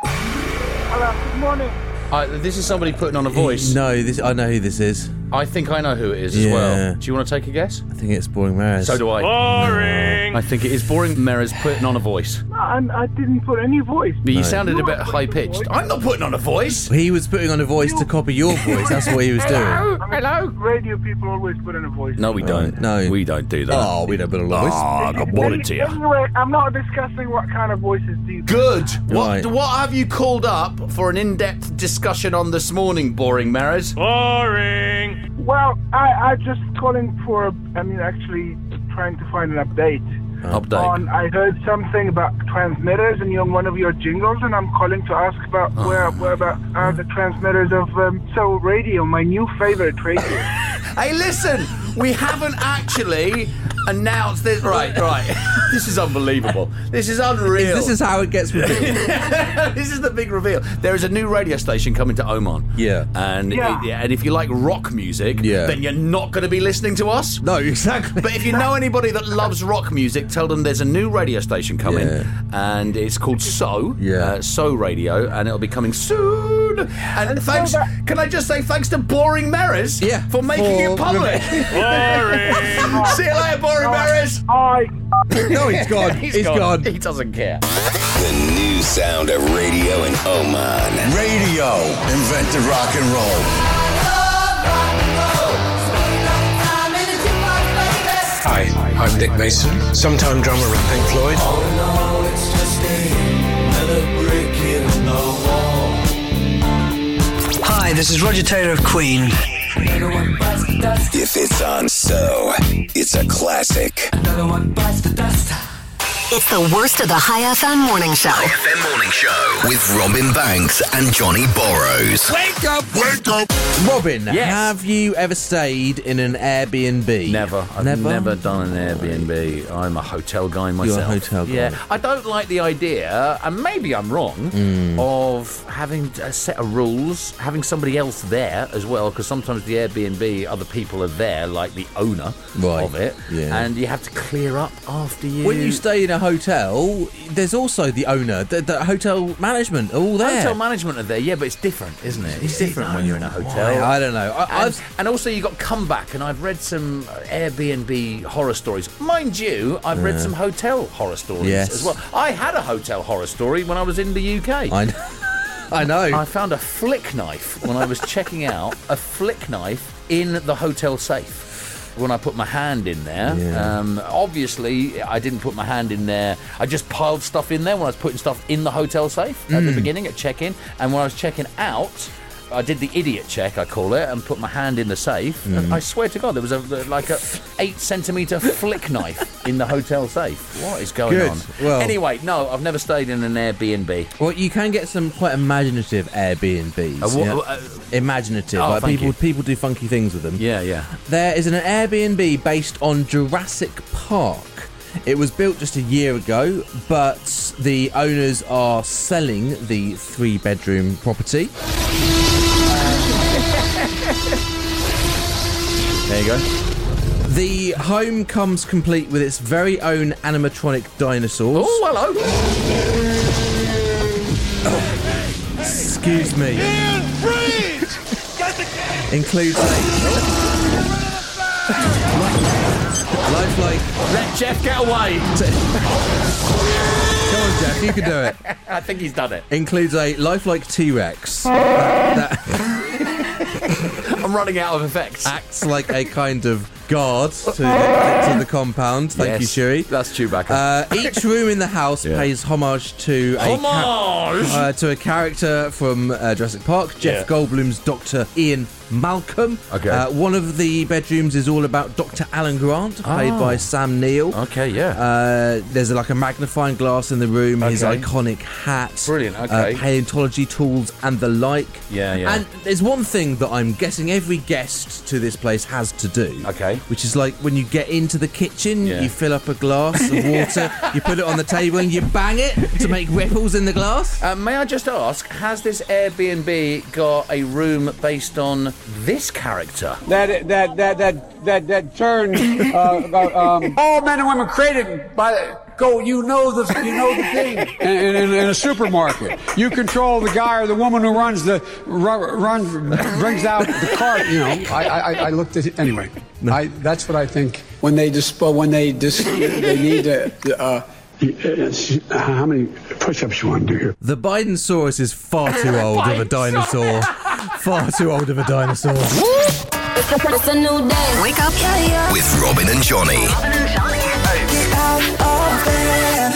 L: Hello, good morning.
D: Uh, this is somebody putting on a voice.
C: No, this I know who this is.
D: I think I know who it is as
C: Yeah.
D: well. Do you want to take a guess?
C: I think it's Boring Maris.
D: So do I. Boring. I think it is boring. Mera's putting on a voice,
L: No, I'm, I didn't put any voice.
D: but you sounded a bit high pitched. I'm not putting on a voice.
C: He was putting on a voice to copy your voice. That's what he was doing.
L: I mean, Hello? Radio people always put in a voice.
D: No, we don't.
C: no.
D: we don't do that.
C: Oh, we don't put on a voice.
D: Ah, good morning to you.
L: Anyway, I'm not discussing what kind of voices do you
D: Good. What
C: Right.
D: what have you called up for an in-depth discussion on this morning, boring Maras?
L: Well, I, I just calling for, I mean, actually trying to find an update.
D: Update.
L: On, I heard something about transmitters and you're on one of your jingles, and I'm calling to ask about
C: Oh.
L: where, where about uh, are the transmitters of um, so radio, my new favorite radio.
D: Hey, listen, We haven't actually announced this. Right, right. This is unbelievable. This is unreal.
C: This is how it gets revealed.
D: this is the big reveal. There is a new radio station coming to Oman.
C: Yeah.
D: And
F: Yeah.
D: yeah, and if you like rock music,
C: Yeah.
D: then you're not going to be listening to us.
C: No, exactly.
D: But if you know anybody that loves rock music, tell them there's a new radio station coming,
C: Yeah.
D: and it's called So.
C: Yeah.
D: Uh, so Radio, and it'll be coming soon. And, thanks.
F: that-
D: can I just say thanks to Boring Maris
C: Yeah.
D: for making
C: For-
D: it public. See you later, Boring Maris.
F: I
C: no, he's gone. He's gone.
D: He doesn't care.
A: The new sound of radio in Oman. Radio invented rock and roll.
P: Hi, I'm Dick Mason, sometime drummer of Pink Floyd. Hi, this is Roger Taylor of Queen.
A: If it's on so, it's a classic.
E: It's the worst of the High FM morning show.
A: FM Morning Show with Robin Banks and Johnny Borrows.
C: Wake up! Wake up! Robin,
D: Yes.
C: have you ever stayed in an Airbnb?
D: Never. I've never, done an Airbnb. I'm a hotel guy myself.
C: hotel guy.
D: Yeah. I don't like the idea, and maybe I'm wrong, of having a set of rules, having somebody else there as well, because sometimes the Airbnb, other people are there, like the owner
C: Right.
D: of it,
C: Yeah.
D: and you have to clear up after you.
C: When you stay in a hotel, there's also the owner, the, the hotel management, are all there.
D: Hotel management are there, yeah, but it's different, isn't it? It's different when you're in a hotel.
C: I don't know. I,
D: And,
C: I've,
D: and also, you got comeback, and I've read some Airbnb horror stories. Mind you, I've read some hotel horror stories
C: Yes.
D: as well. I had a hotel horror story when I was in the UK.
C: I, I know.
D: I found a flick knife when I was checking out a flick knife in the hotel safe. When I put my hand in there,
C: Yeah.
D: um, obviously I didn't put my hand in there. I just piled stuff in there when I was putting stuff in the hotel safe at the
C: Mm.
D: beginning at check in. And when I was checking out, I did the idiot check, I call it, and put my hand in the safe.
C: Mm.
D: And I swear to God, there was a, like a eight centimetre flick knife in the hotel safe. What is going
C: Good.
D: on?
C: Well-
D: anyway, no, I've never stayed in an Airbnb.
C: Well, you can get some quite imaginative Airbnbs.
D: Uh, wha-
C: yeah.
D: uh,
C: imaginative.
D: Oh,
C: like
D: thank
C: people,
D: you.
C: people do funky things with them.
D: Yeah, yeah.
C: There is an Airbnb based on Jurassic Park. It was built just a year ago, but the owners are selling the three bedroom property.
D: There you go.
C: The home comes complete with its very own animatronic dinosaurs.
D: Oh, hello.
C: Excuse me. Includes a lifelike.
D: Let Jeff get away.
C: Come on, Jeff, you can do it.
D: I think he's done it.
C: Includes a lifelike T Rex.
D: I'm running out of effects.
C: acts like a kind of guard to the, to the compound. Thank
D: Yes,
C: you, Shuri.
D: That's Chewbacca.
C: Uh, each room in the house pays homage to a ca-
D: Homage!
C: uh, to a character from uh, Jurassic Park, Jeff Goldblum's Doctor Ian Malcolm.
D: Okay.
C: Uh, one of the bedrooms is all about Doctor Alan Grant, played by Sam Neill.
D: Ah. okay, yeah.
C: Uh, there's like a magnifying glass in the room, his
D: Okay.
C: iconic hat,
D: Brilliant,
C: uh,
D: okay.
C: paleontology tools, and the like.
D: Yeah, yeah.
C: And there's one thing that I'm guessing every guest to this place has to do.
D: Okay.
C: Which is like when you get into the kitchen,
D: Yeah.
C: you fill up a glass of water, you put it on the table, and you bang it to make ripples in the glass.
D: Uh, may I just ask, has this Airbnb got a room based on this character?
J: That that that that that that turn uh, about um, all men and women created by the, go. You know the you know the thing. In, in, in a supermarket, you control the guy or the woman who runs the ru- runs brings out the cart. You know, I I, I- I looked at it anyway. I that's what I think when they dispo when they dis they need a. Uh, how many push-ups you want to do here?
C: The Bidensaurus is far too old of a dinosaur. far too old of a dinosaur.
M: It's a new day.
E: Wake up
A: With Robin and Johnny.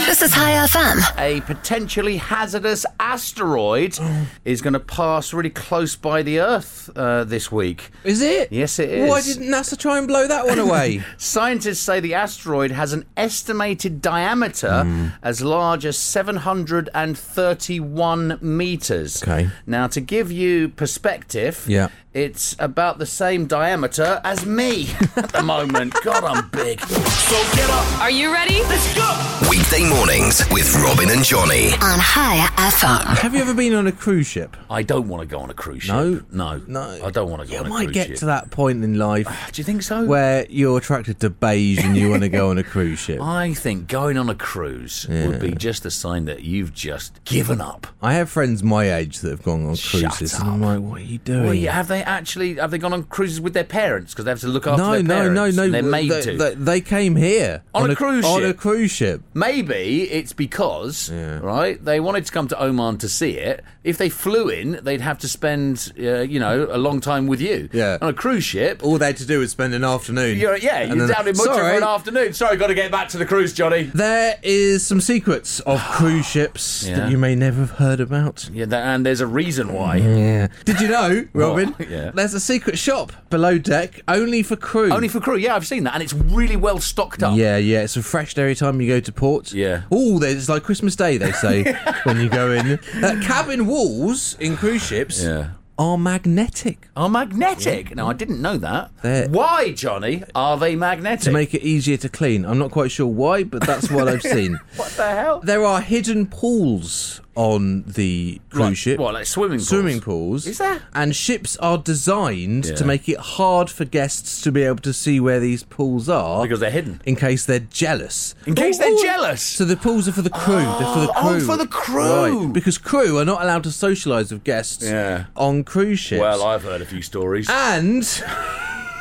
E: This is High FM.
D: A potentially hazardous asteroid is going to pass really close by the Earth uh, this week.
C: Is it?
D: Yes, it is.
C: Why didn't NASA try and blow that one away?
D: Scientists say the asteroid has an estimated diameter
C: Hmm.
D: as large as 731 meters.
C: Okay.
D: Now, to give you perspective,
C: Yeah.
D: It's about the same diameter as me at the moment. God, I'm big.
M: So get up. Are you ready? Let's go.
A: Weekday mornings with Robin and Johnny.
E: on High FM.
C: Have you ever been on a cruise ship?
D: I don't want to go on a cruise ship.
C: No?
D: no,
C: No.
D: I don't want to go
C: You
D: on a
C: might
D: cruise
C: get
D: ship.
C: to that point in life
D: Do you think so?
C: where you're attracted to beige and you want to go on a cruise ship.
D: I think going on a cruise would be just a sign that you've just given up.
C: I have friends my age that have gone on cruises, and I'm like, what are you doing?
D: Well, yeah, have they actually have they gone on cruises with their parents because they have to look after
C: no,
D: their
C: no,
D: parents?
C: no, no,
D: and They're made
C: they,
D: to.
C: They, they came here
D: On a cruise
C: on a
D: ship?
C: cruise ship.
D: Maybe it's because right they wanted to come to Oman to see it. If they flew in, they'd have to spend uh, you know a long time with you.
C: Yeah.
D: On a cruise ship,
C: All they had to do was spend an afternoon.
D: you're yeah
C: And
D: you're
C: then-
D: down in Mutter for
C: Sorry,
D: an afternoon. Sorry, got to get back to the cruise, Johnny.
C: there is some secrets of cruise ships
D: Yeah.
C: that you may never have heard about.
D: Yeah, that, and there's a reason why.
C: Yeah. Did you know, Robin?
D: Yeah.
C: There's a secret shop below deck only for crew.
D: Only for crew. Yeah, I've seen that, and it's really well stocked up.
C: Yeah, yeah, it's refreshed every time you go to port.
D: Yeah.
C: Oh, it's like Christmas Day, they say, when you go in. Uh, cabin walls in cruise ships
D: Yeah.
C: are magnetic
D: Are magnetic? No, I didn't know that.
C: They're-
D: Why, Johnny? Are they magnetic?
C: to make it easier to clean. I'm not quite sure why, but that's what I've seen.
D: what the hell?
C: There are hidden pools on the cruise
D: Like-
C: ship.
D: What, like swimming pools?
C: Swimming pools.
D: Is there?
C: And ships are designed
D: Yeah.
C: to make it hard for guests to be able to see where these pools are.
D: Oh, Because they're hidden.
C: In case they're jealous.
D: In case they're jealous?
C: So the pools are for the crew. they're for the
D: Oh,
C: crew.
D: for the crew.
C: Right. Because crew are not allowed to socialise with guests
D: Yeah.
C: on cruise ships.
D: Well, I've heard a few stories.
C: Ah. and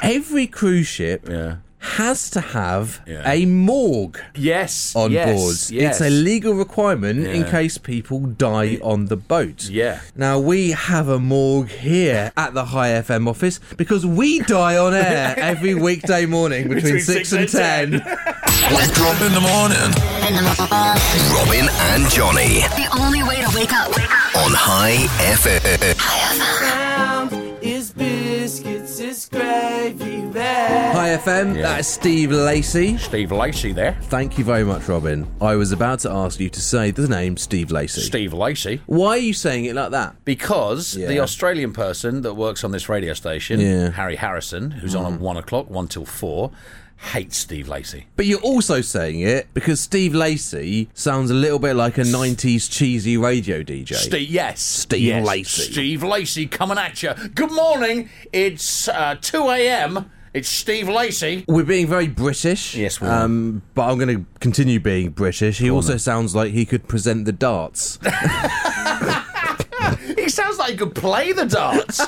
C: every cruise ship
D: yeah.
C: has to have
D: Yeah.
C: a morgue
D: Yes.
C: on
D: yes,
C: boards.
D: Yes.
C: It's a legal requirement in
D: Yeah.
C: case people die on the boat.
D: Yeah.
C: Now we have a morgue here at the High FM office because we die on air every weekday morning between,
D: Between
C: six,
D: six
C: and ten.
D: and
A: With Rob-
K: In the morning.
A: Robin and Johnny
E: The only way to wake up.
A: on High FM.
C: High FM.
D: Yeah.
C: That's Steve Lacey.
D: Steve Lacey there.
C: Thank you very much, Robin. I was about to ask you to say the name Steve Lacey.
D: Steve Lacey.
C: Why are you saying it like that?
D: Because the
C: Yeah.
D: Australian person that works on this radio station,
C: Yeah. Mm.
D: Harry Harrison, who's on at one o'clock, one till four, hates Steve Lacey.
C: But you're also saying it because Steve Lacey sounds a little bit like a 90s cheesy radio DJ.
D: Steve, yes.
C: Steve
D: yes.
C: Lacey.
D: Steve Lacey coming at you. Good morning. It's uh, 2 a.m. It's Steve Lacey.
C: We're being very British.
D: Yes, we are.
C: um, But I'm going to continue being British. He also sounds like he could present the darts.
D: He sounds like he could play the darts.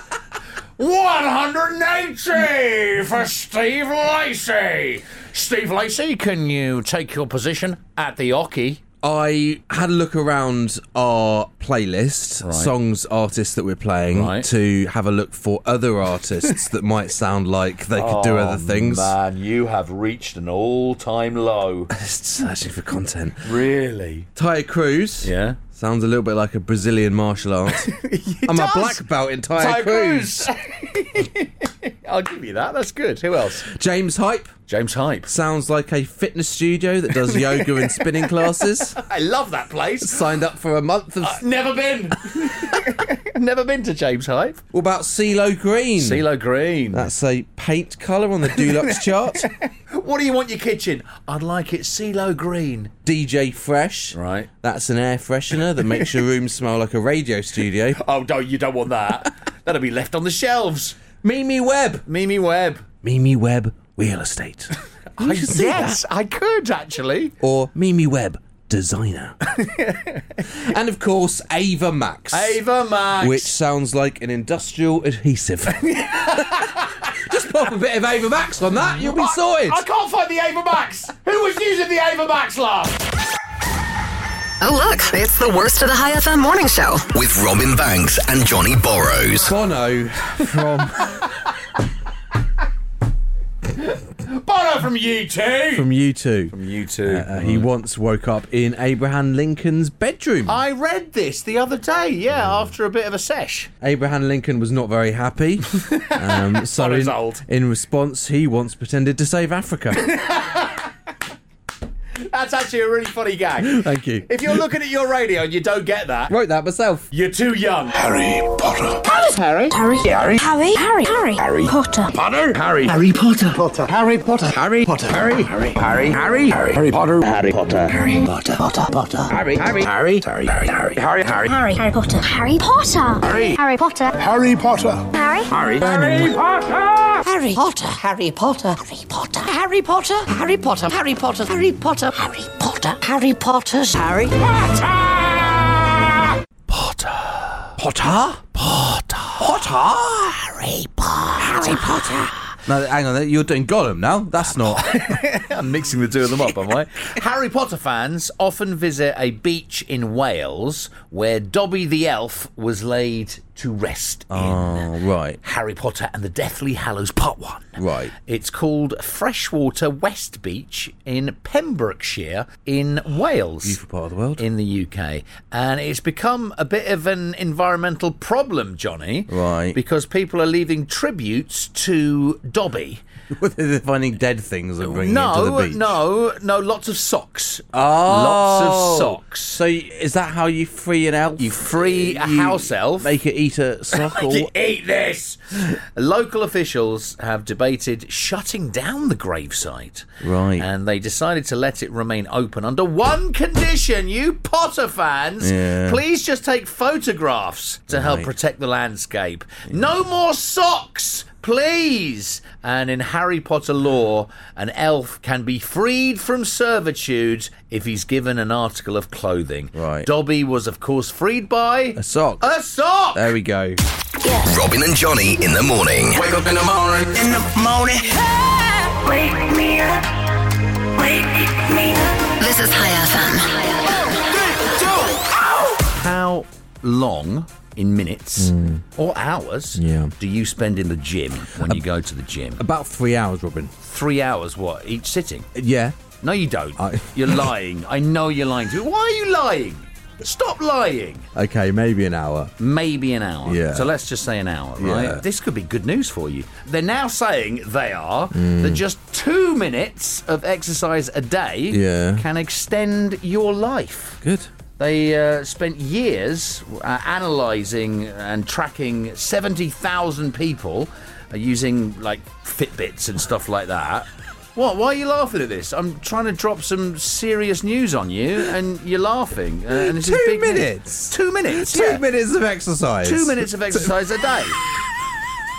D: 180 for Steve Lacey. Steve Lacey, can you take your position at the hockey?
C: I had a look around our playlist,
D: Right.
C: songs, artists that we're playing,
D: Right.
C: to have a look for other artists that might sound like they could do
D: Oh,
C: other things.
D: Man, you have reached an all-time low.
C: Searching for content.
D: really?
C: Tyre Cruz.
D: Yeah.
C: Sounds a little bit like a Brazilian martial art. I'm
D: does.
C: a black belt in Tyre,
D: Ty
C: Cruz.
D: Cruz. I'll give you that. That's good. Who else?
C: James Hype.
D: James Hype.
C: Sounds like a fitness studio that does yoga and spinning classes.
D: I love that place.
C: Signed up for a month of.
D: Never been. Never been to James Hype.
C: what about CeeLo Green?
D: CeeLo Green.
C: That's a paint colour on the Dulux chart.
D: What do you want your kitchen? I'd like it CeeLo Green.
C: DJ Fresh.
D: Right.
C: That's an air freshener that makes your room smell like a radio studio.
D: Oh, no, you don't want that. That'll be left on the shelves.
C: Mimi Webb.
D: Mimi Webb.
C: Mimi Webb Real Estate.
D: I,
C: should see
D: yes, I could actually.
C: or Mimi Webb Designer. and of course, Ava Max.
D: Ava Max.
C: Which sounds like an industrial adhesive. Just pop a bit of Ava Max on that, you'll be sorted.
D: I can't find the Ava Max. Who was using the Ava Max last?
E: Oh, look, it's the worst of the High FM morning show.
A: With Robin Banks and Johnny Borrows.
C: Bono from
D: Bono from U2.
C: from U2.
D: U2.
C: Uh, he once woke up in Abraham Lincoln's bedroom.
D: I read this the other day, yeah, after a bit of a sesh.
C: Abraham Lincoln was not very happy. Um, so,
D: Bono's
C: in,
D: old.
C: in response, he once pretended to save Africa.
D: That's actually a really funny gag.
C: Thank you.
D: If you're looking at your radio and you don't get that,
C: wrote that myself.
D: You're too young. Harry Potter.
E: Harry. Harry. Harry. Harry. Harry. Harry. Harry. Potter.
D: Potter.
E: Harry.
D: Harry
E: Potter. Potter. Harry Potter. Harry Potter. Harry. Harry. Harry. Harry. Harry. Harry Potter. Harry Potter. Harry Potter. Potter. Potter. Harry. Harry. Harry. Harry. Harry. Harry. Harry. Harry. Harry Potter. Harry Potter. Harry. Harry Potter. Harry Potter. Harry. Harry. Harry Potter. Harry Potter. Harry Potter. Harry Potter. Harry Potter. Harry Potter. Harry Potter. Harry Potter. Harry Potter. Harry Potter's Harry Potter.
Q: Potter?
E: Potter.
Q: Potter?
E: Harry Potter. Harry Potter.
C: No, hang on. You're doing Gollum now. That's not.
D: Uh, I'm mixing the two of them up, am I? Harry Potter fans often visit a beach in Wales where Dobby the elf was laid to rest
C: Oh, right.
D: Harry Potter and the Deathly Hallows Part 1.
C: Right.
D: It's called Freshwater West Beach in Pembrokeshire in Wales. Beautiful
C: part of the world.
D: In the UK. And it's become a bit of an environmental problem, Johnny.
C: Right.
D: Because people are leaving tributes to Dobby.
C: They're finding dead things and bringing
D: no,
C: them to the beach.
D: no, Oh. no, lots of socks.
C: Oh,
D: Lots of socks.
C: So y- is that how you free an elf? You
D: free a house elf.
C: Make it eat a sock. or what?
D: Eat this! Local officials have debated shutting down the gravesite.
C: Right.
D: And they decided to let it remain open under one condition, you Potter fans.
C: Yeah.
D: Please just take photographs to help
C: Right.
D: protect the landscape. No more socks! Please! And in Harry Potter lore, an elf can be freed from servitude if he's given an article of clothing. Right. Dobby was, of course, freed by a
C: sock.
D: A sock!
C: There we go.
A: Robin and Johnny in the morning.
E: Wake up in the morning. In the morning. Wake me up. Wake me up.
R: This is High FM.
D: How long in minutes or hours
C: Hmm. Yeah. Uh,
D: do you spend in the gym when you go to the gym?
C: About three hours, Robin.
D: Three hours, what? Each sitting?
C: Yeah.
D: No, you don't. You're lying. I know you're lying to me. Why are you lying? Stop lying.
C: Okay, maybe an hour.
D: Maybe an hour.
C: Yeah.
D: So let's just say an hour, right?
C: Yeah.
D: This could be good news for you. They're now saying they are
C: Hmm.
D: that just two minutes of exercise a day
C: Yeah.
D: can extend your life.
C: Good.
D: They uh, spent years uh, analysing and tracking 70,000 people uh, using like Fitbits and stuff like that. What? Why are you laughing at this? I'm trying to drop some serious news on you, and you're laughing. Uh, and this is
C: Two
D: big news.
C: minutes?
D: Two minutes.
C: Two
D: yeah.
C: minutes of exercise.
D: Two minutes of exercise a day.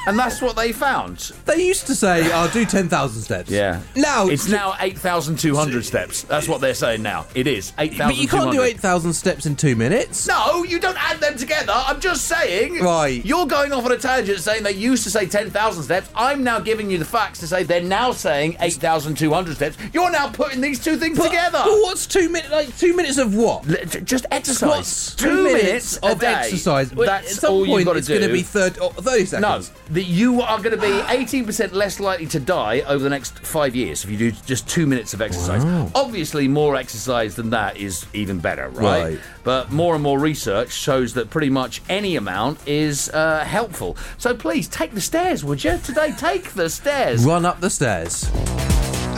D: And that's what they found.
C: They used to say, "I'll do ten thousand steps."
D: Yeah.
C: Now
D: it's now 8,200 steps. That's what they're saying now. It is 8,200.
C: But you can't do eight thousand steps in two minutes.
D: No, you don't add them together. I'm just saying.
C: Right.
D: You're going off on a tangent saying they used to say 10,000 steps. I'm now giving you the facts to say they're now saying 8,200 steps. You're now putting these two things together.
C: But what's two minutes? Like two minutes of what?
D: L- j- Just exercise.
C: Squats.
D: Two, minutes, a
C: of
D: day.
C: exercise. But
D: That's
C: at some
D: all
C: point,
D: you've got to
C: it's
D: do.
C: going to be 30, or 30 seconds.
D: No, that you are going to be 18% less likely to die over the next five years if you do just two minutes of exercise.
C: Wow.
D: Obviously, more exercise than that is even better, right?
C: Right.
D: But more and more research shows that pretty much any amount is uh, helpful. So please take the stairs, would you? Today, take the stairs.
C: Run up the stairs.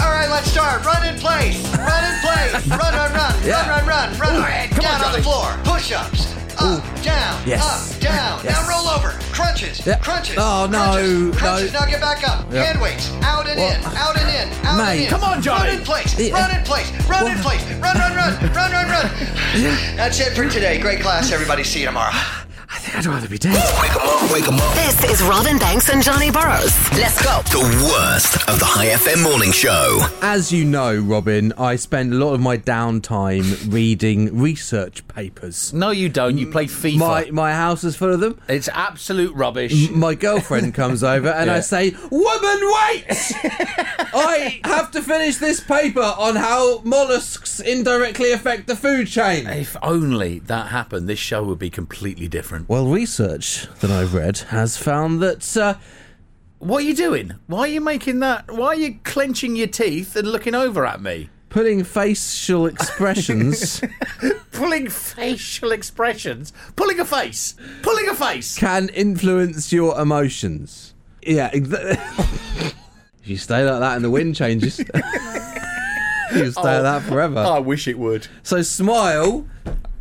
K: All right, let's start. Run in place. Run in place. Run, run, run.
C: Yeah.
K: Run, run, run. Run.
C: Ooh.
K: Right,
C: Come on,
K: down on,
C: Johnny.
K: the floor. Push ups. Up, down.
C: Yes.
K: Up, down.
C: Yes.
K: Now roll over. Crunches.
C: Yep.
K: Crunches.
C: Oh, no,
K: Crunches.
C: no.
K: Crunches. Now get back up.
C: Yep.
K: Hand weights. Out and
C: What?
K: in. Out and in. Out and
C: Mate.
K: in.
C: Come on, Johnny.
K: Run in place.
C: Yeah.
K: Run in place. Run in place. Run, run, run. Run, run, run. That's it for today. Great class, everybody. See you tomorrow.
C: I'd rather be dead.
A: Wake 'em up, wake 'em up.
R: This is Robin Banks and Johnny Burrows. Let's go.
A: The worst of the High FM morning show.
C: As you know, Robin, I spend a lot of my downtime reading research papers.
D: No, you don't. You play FIFA.
C: My, my house is full of them.
D: It's absolute rubbish.
C: M- My girlfriend comes over and I
D: Yeah.
C: say, Woman, wait! I have to finish this paper on how mollusks indirectly affect the food chain.
D: If only that happened, this show would be completely different.
C: Well, research that I've read has found that. Uh,
D: What are you doing? Why are you making that? Why are you clenching your teeth and looking over at me?
C: Putting facial expressions
D: pulling facial expressions, pulling a face, pulling a face.
C: can influence your emotions. Yeah, exa- if you stay like that and the wind changes. You stay at that forever.
D: Oh,
B: I wish it would.
C: So smile,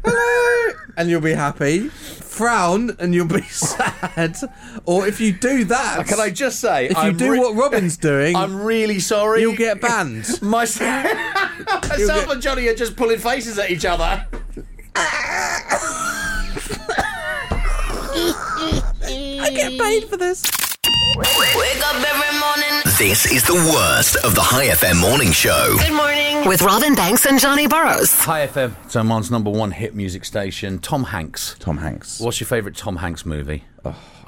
C: hello, and you'll be happy. Frown, and you'll be sad. Or if you do that,
B: Can I just say,
C: if
B: I'm
C: you do
B: re-
C: what Robin's doing,
B: I'm really sorry.
C: You'll get banned.
B: Myself, myself and Johnny are just pulling faces at each other.
C: I get paid for this.
M: Wake up every morning.
A: This is the worst of the High FM morning show.
M: Good morning.
E: With Robin Banks and Johnny Burrows.
D: Hi FM. So mine's number one hit music station, Tom Hanks.
G: Tom Hanks.
D: What's your favourite Tom Hanks movie?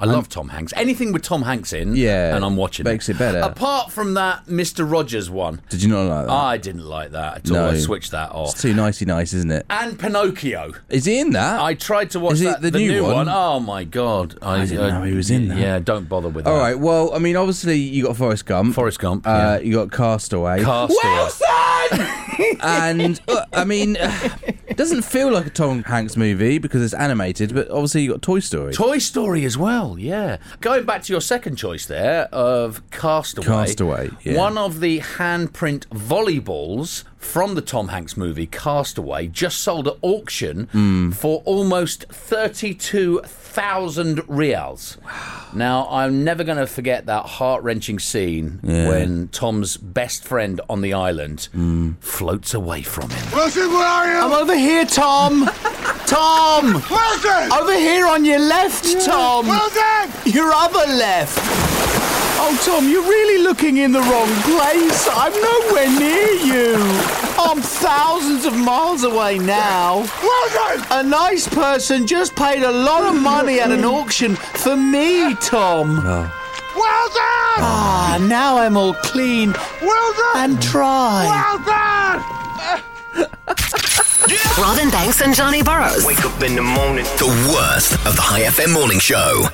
D: I love Tom Hanks. Anything with Tom Hanks in,
C: Oh, Yeah,
D: and I'm watching.
C: makes it better.
D: Apart from that, Mister Rogers one.
C: Did you not like that?
D: I didn't like that at all.
C: No.
D: I switched that off.
B: Oh.
C: it's too nicey nice, isn't it?
D: And Pinocchio.
C: Is he in that?
D: I tried to watch
C: Is it
D: that,
C: the new one?
D: Oh my god! I, uh,
C: didn't know he was in that.
D: Yeah, don't bother with
C: All
D: that.
C: right. Well, I mean, obviously you got Forrest Gump. Forrest
D: Gump.
C: Uh, You got Castaway.
D: Castaway.
C: and uh, I mean, it doesn't feel like a Tom Hanks movie because it's animated, but obviously you got Toy Story.
D: Toy Story as well, yeah. Going back to your second choice there of Castaway.
C: Castaway, yeah.
D: One of the handprint volleyballs from the Tom Hanks movie Castaway just sold at auction
K: Hmm.
D: for almost 32,000 reals. Now, I'm never going to forget that heart wrenching scene
K: Yeah.
D: when Tom's best friend on the island floats away from him.
K: Wilson, where are you? Hmm. I'm over here, Tom. Tom. Wilson. Over here on your left, Tom. Wilson. Your other left. Oh, Tom, you're really looking in the wrong place. I'm nowhere near you. I'm thousands of miles away now. Wilson. A nice person just paid a lot of money at an auction for me, Tom. Well done! Ah, now I'm all clean. Well done! And dry. Well done!
E: Robin Banks and Johnny Burrows.
A: Wake up in the morning. The worst of the High FM morning show.